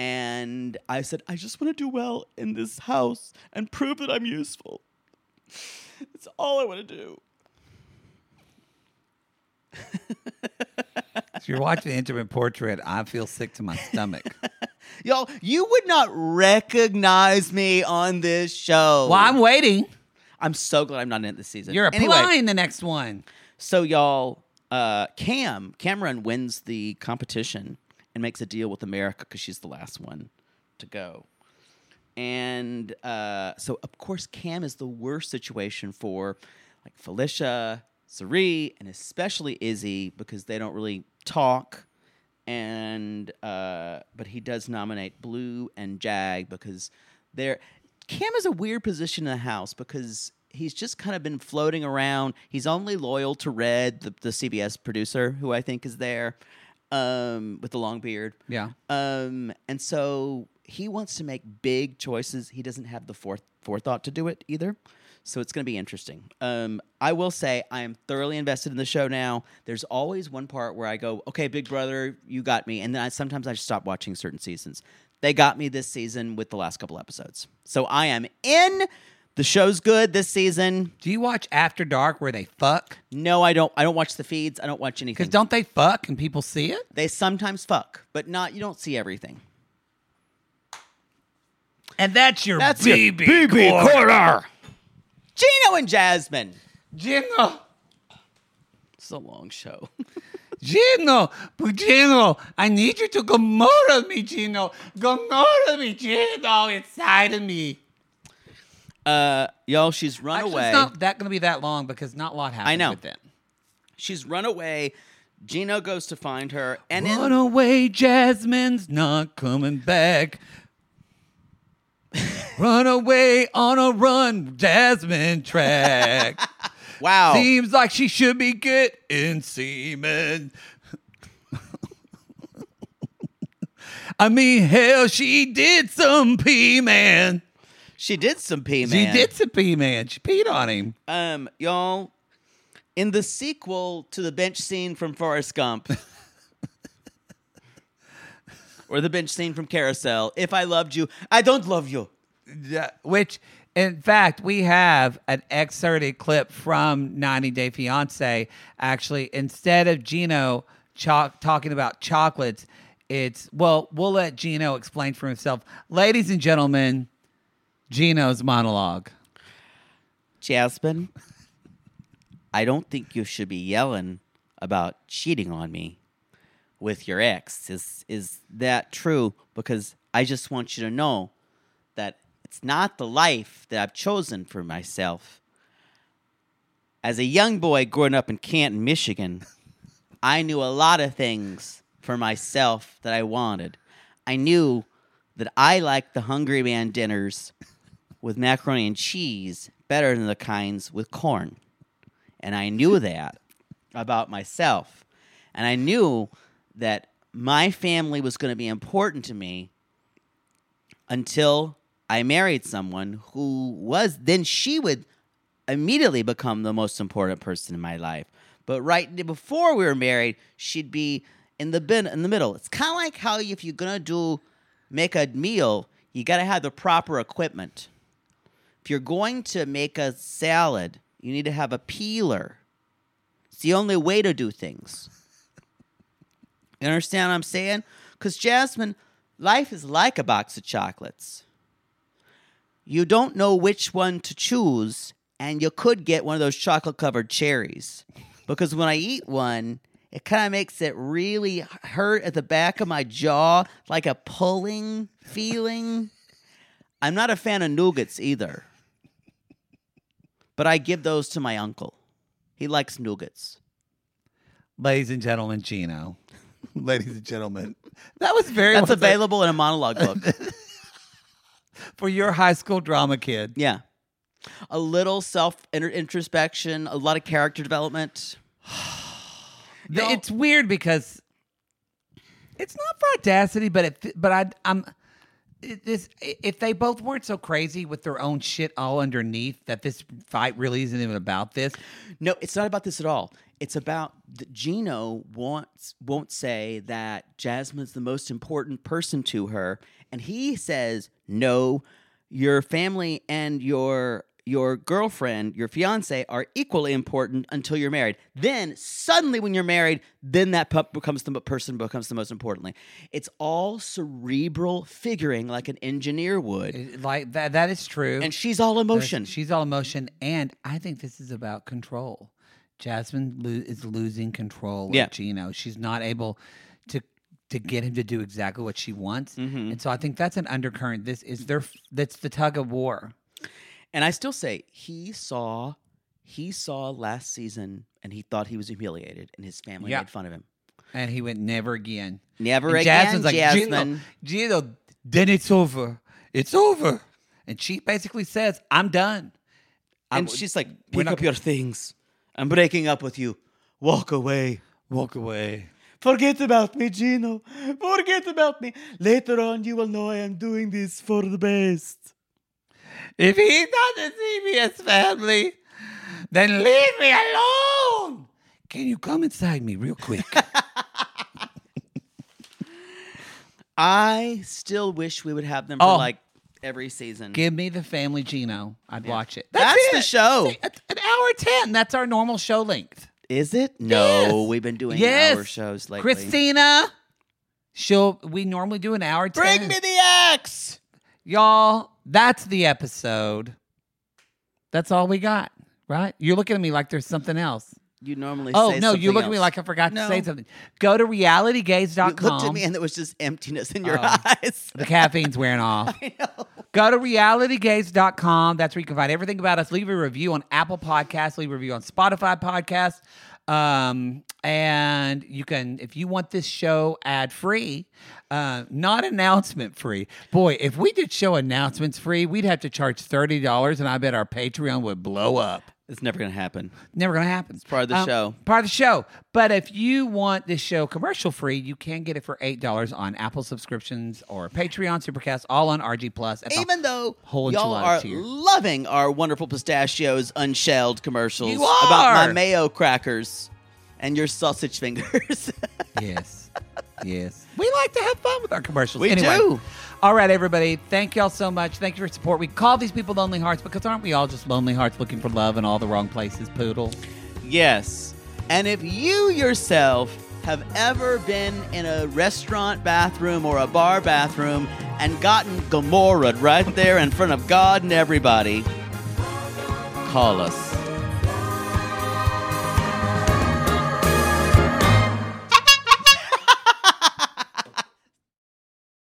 S3: And I said, I just want to do well in this house and prove that I'm useful. It's all I want to do.
S4: If you're watching the intimate portrait, I feel sick to my stomach.
S3: Y'all, you would not recognize me on this show.
S4: Well, I'm waiting.
S3: I'm so glad I'm not in it this season.
S4: You're applying
S3: Anyway,
S4: the next one.
S3: so y'all, uh, Cam Cameron wins the competition and makes a deal with America because she's the last one to go. And uh, so, of course, Cam is the worst situation for like Felicia, Sari, and especially Izzy because they don't really talk. And uh, but he does nominate Blue and Jag because they're Cam is a weird position in the house because he's just kind of been floating around. He's only loyal to Red, the, the CBS producer, who I think is there um, with the long beard.
S4: Yeah.
S3: Um, and so he wants to make big choices. He doesn't have the forth, forethought to do it either. So it's going to be interesting. Um, I will say I am thoroughly invested in the show now. There's always one part where I go, "Okay, Big Brother, you got me," and then I, sometimes I just stop watching certain seasons. They got me this season with the last couple episodes. So I am in. The show's good this season.
S4: Do you watch After Dark where they fuck?
S3: No, I don't. I don't watch the feeds. I don't watch anything.
S4: Because don't they fuck and people see it?
S3: They sometimes fuck, but not. You don't see everything.
S4: And that's your
S3: That's your
S4: BB,
S3: BB
S4: BB
S3: corner. Gino and Jasmine.
S4: Jingle,
S3: It's a long show.
S4: Jingle, Jingle. I need you to Gomorrah me, Gino. Gomorrah me, Gino, inside of me.
S3: Uh, y'all, she's run
S4: Actually,
S3: away.
S4: it's not that going to be that long because not a lot happened
S3: I know.
S4: with it.
S3: She's run away. Gino goes to find her, and in-
S4: Run away, Jasmine's not coming back. Run away on a run, Jasmine track.
S3: wow,
S4: Seems like she should be getting semen. I mean, hell, she did some pee man.
S3: she did some pee,
S4: She
S3: man.
S4: did some pee man. She peed on him.
S3: Um, y'all, in the sequel to the bench scene from Forrest Gump, or the bench scene from Carousel, if I loved you, I don't love you.
S4: Yeah, which in fact we have an excerpted clip from 90 day fiance actually instead of gino cho- talking about chocolates it's well we'll let gino explain for himself ladies and gentlemen gino's monologue
S3: Jasmine, I don't think you should be yelling about cheating on me with your ex. Is is that true? Because I just want you to know that it's not the life that I've chosen for myself. As a young boy growing up in Canton, Michigan, I knew a lot of things for myself that I wanted. I knew that I liked the Hungry Man dinners with macaroni and cheese better than the kinds with corn. And I knew that about myself. And I knew that my family was going to be important to me until I married someone who was, then she would immediately become the most important person in my life. But right n- before we were married, she'd be in the bin in the middle. It's kind of like how if you're gonna do make a meal, you gotta have the proper equipment. If you're going to make a salad, you need to have a peeler. It's the only way to do things. You understand what I'm saying? Because Jasmine, life is like a box of chocolates you don't know which one to choose, and you could get one of those chocolate covered cherries. Because when I eat one, it kind of makes it really hurt at the back of my jaw, like a pulling feeling. I'm not a fan of nougats either, but I give those to my uncle. He likes nougats.
S4: ladies and gentlemen gino ladies and gentlemen that was very
S3: That's
S4: well said
S3: available in a monologue book.
S4: for your high school drama kid
S3: Yeah. A little self inter- introspection, a lot of character development.
S4: Th-
S3: Y'all-
S4: it's weird because it's not for audacity, but it, but I, I'm it, this if they both weren't so crazy with their own shit all underneath that this fight really isn't even about this.
S3: No, it's not about this at all. It's about that Gino wants won't say that Jasmine's the most important person to her, and he says no. Your family and your your girlfriend, your fiance, are equally important until you're married. Then suddenly, when you're married, then that pup becomes the person becomes the most importantly. It's all cerebral figuring, like an engineer would,
S4: It- Like that that is true.
S3: and she's all emotion.
S4: She's all emotion, and I think this is about control. Jasmine lo- is losing control
S3: Yeah.
S4: of Gino. She's not able to to get him to do exactly what she wants,
S3: Mm-hmm.
S4: and so I think that's an undercurrent. This is their f- that's the tug of war.
S3: And I still say he saw he saw last season and he thought he was humiliated and his family
S4: Yeah.
S3: made fun of him.
S4: And he went never again.
S3: Never
S4: and
S3: again,
S4: Jasmine's like,
S3: Jasmine.
S4: Gino, Gino, then it's over. It's over. And she basically says, I'm done. I
S3: And
S4: would-
S3: she's like,
S4: we're
S3: pick
S4: not
S3: up your things. I'm breaking up with you. Walk away.
S4: walk away.
S6: Forget about me, Gino. Forget about me. Later on, you will know I am doing this for the best.
S4: If he's not the CBS family, then leave me alone. Can you come inside me real quick?
S3: I still wish we would have them for
S4: Oh.
S3: like every season.
S4: Give me the family Gino. I'd watch it.
S3: That's the
S4: it.
S3: show.
S4: See, uh, An hour 10. That's our normal show length.
S3: Is it? No,
S4: Yes.
S3: we've been doing
S4: yes.
S3: hour shows lately.
S4: Christina. She'll we normally do an hour 10.
S3: Bring me the axe.
S4: Y'all, that's the episode. That's all we got, right? You're looking at me like there's something else.
S3: You normally
S4: Oh,
S3: say
S4: no, you
S3: something
S4: look at me
S3: else.
S4: like I forgot
S3: No.
S4: to say something. Go to realitygaze.com.
S3: You looked at me and there was just emptiness in your
S4: Oh.
S3: eyes.
S4: The caffeine's wearing off. Go to realitygaze.com. That's where you can find everything about us. Leave a review on Apple Podcasts, leave a review on Spotify Podcasts. Um, and you can, if you want this show ad free, uh, not announcement free. Boy, if we did show announcements free, we'd have to charge $30, and I bet our Patreon would blow up.
S3: It's never gonna happen.
S4: Never gonna happen. It's
S3: part of the show.
S4: Part of the show. But if you want this show commercial free, you can get it for eight dollars on Apple subscriptions or Patreon, Supercast, all on RG Plus. at the
S3: Even though
S4: whole
S3: y'all
S4: enchilada
S3: are
S4: tier.
S3: loving our wonderful pistachios unshelled commercials
S4: You
S3: about my
S4: are.
S3: mayo crackers and your sausage fingers.
S4: yes, yes, we like to have fun with our commercials.
S3: We
S4: anyway.
S3: do.
S4: All right, everybody. Thank y'all so much. Thank you for your support. We call these people lonely hearts because aren't we all just lonely hearts looking for love in all the wrong places? Poodle.
S3: Yes. And if you yourself have ever been in a restaurant bathroom or a bar bathroom and gotten Gomorrah right there in front of God and everybody, call us.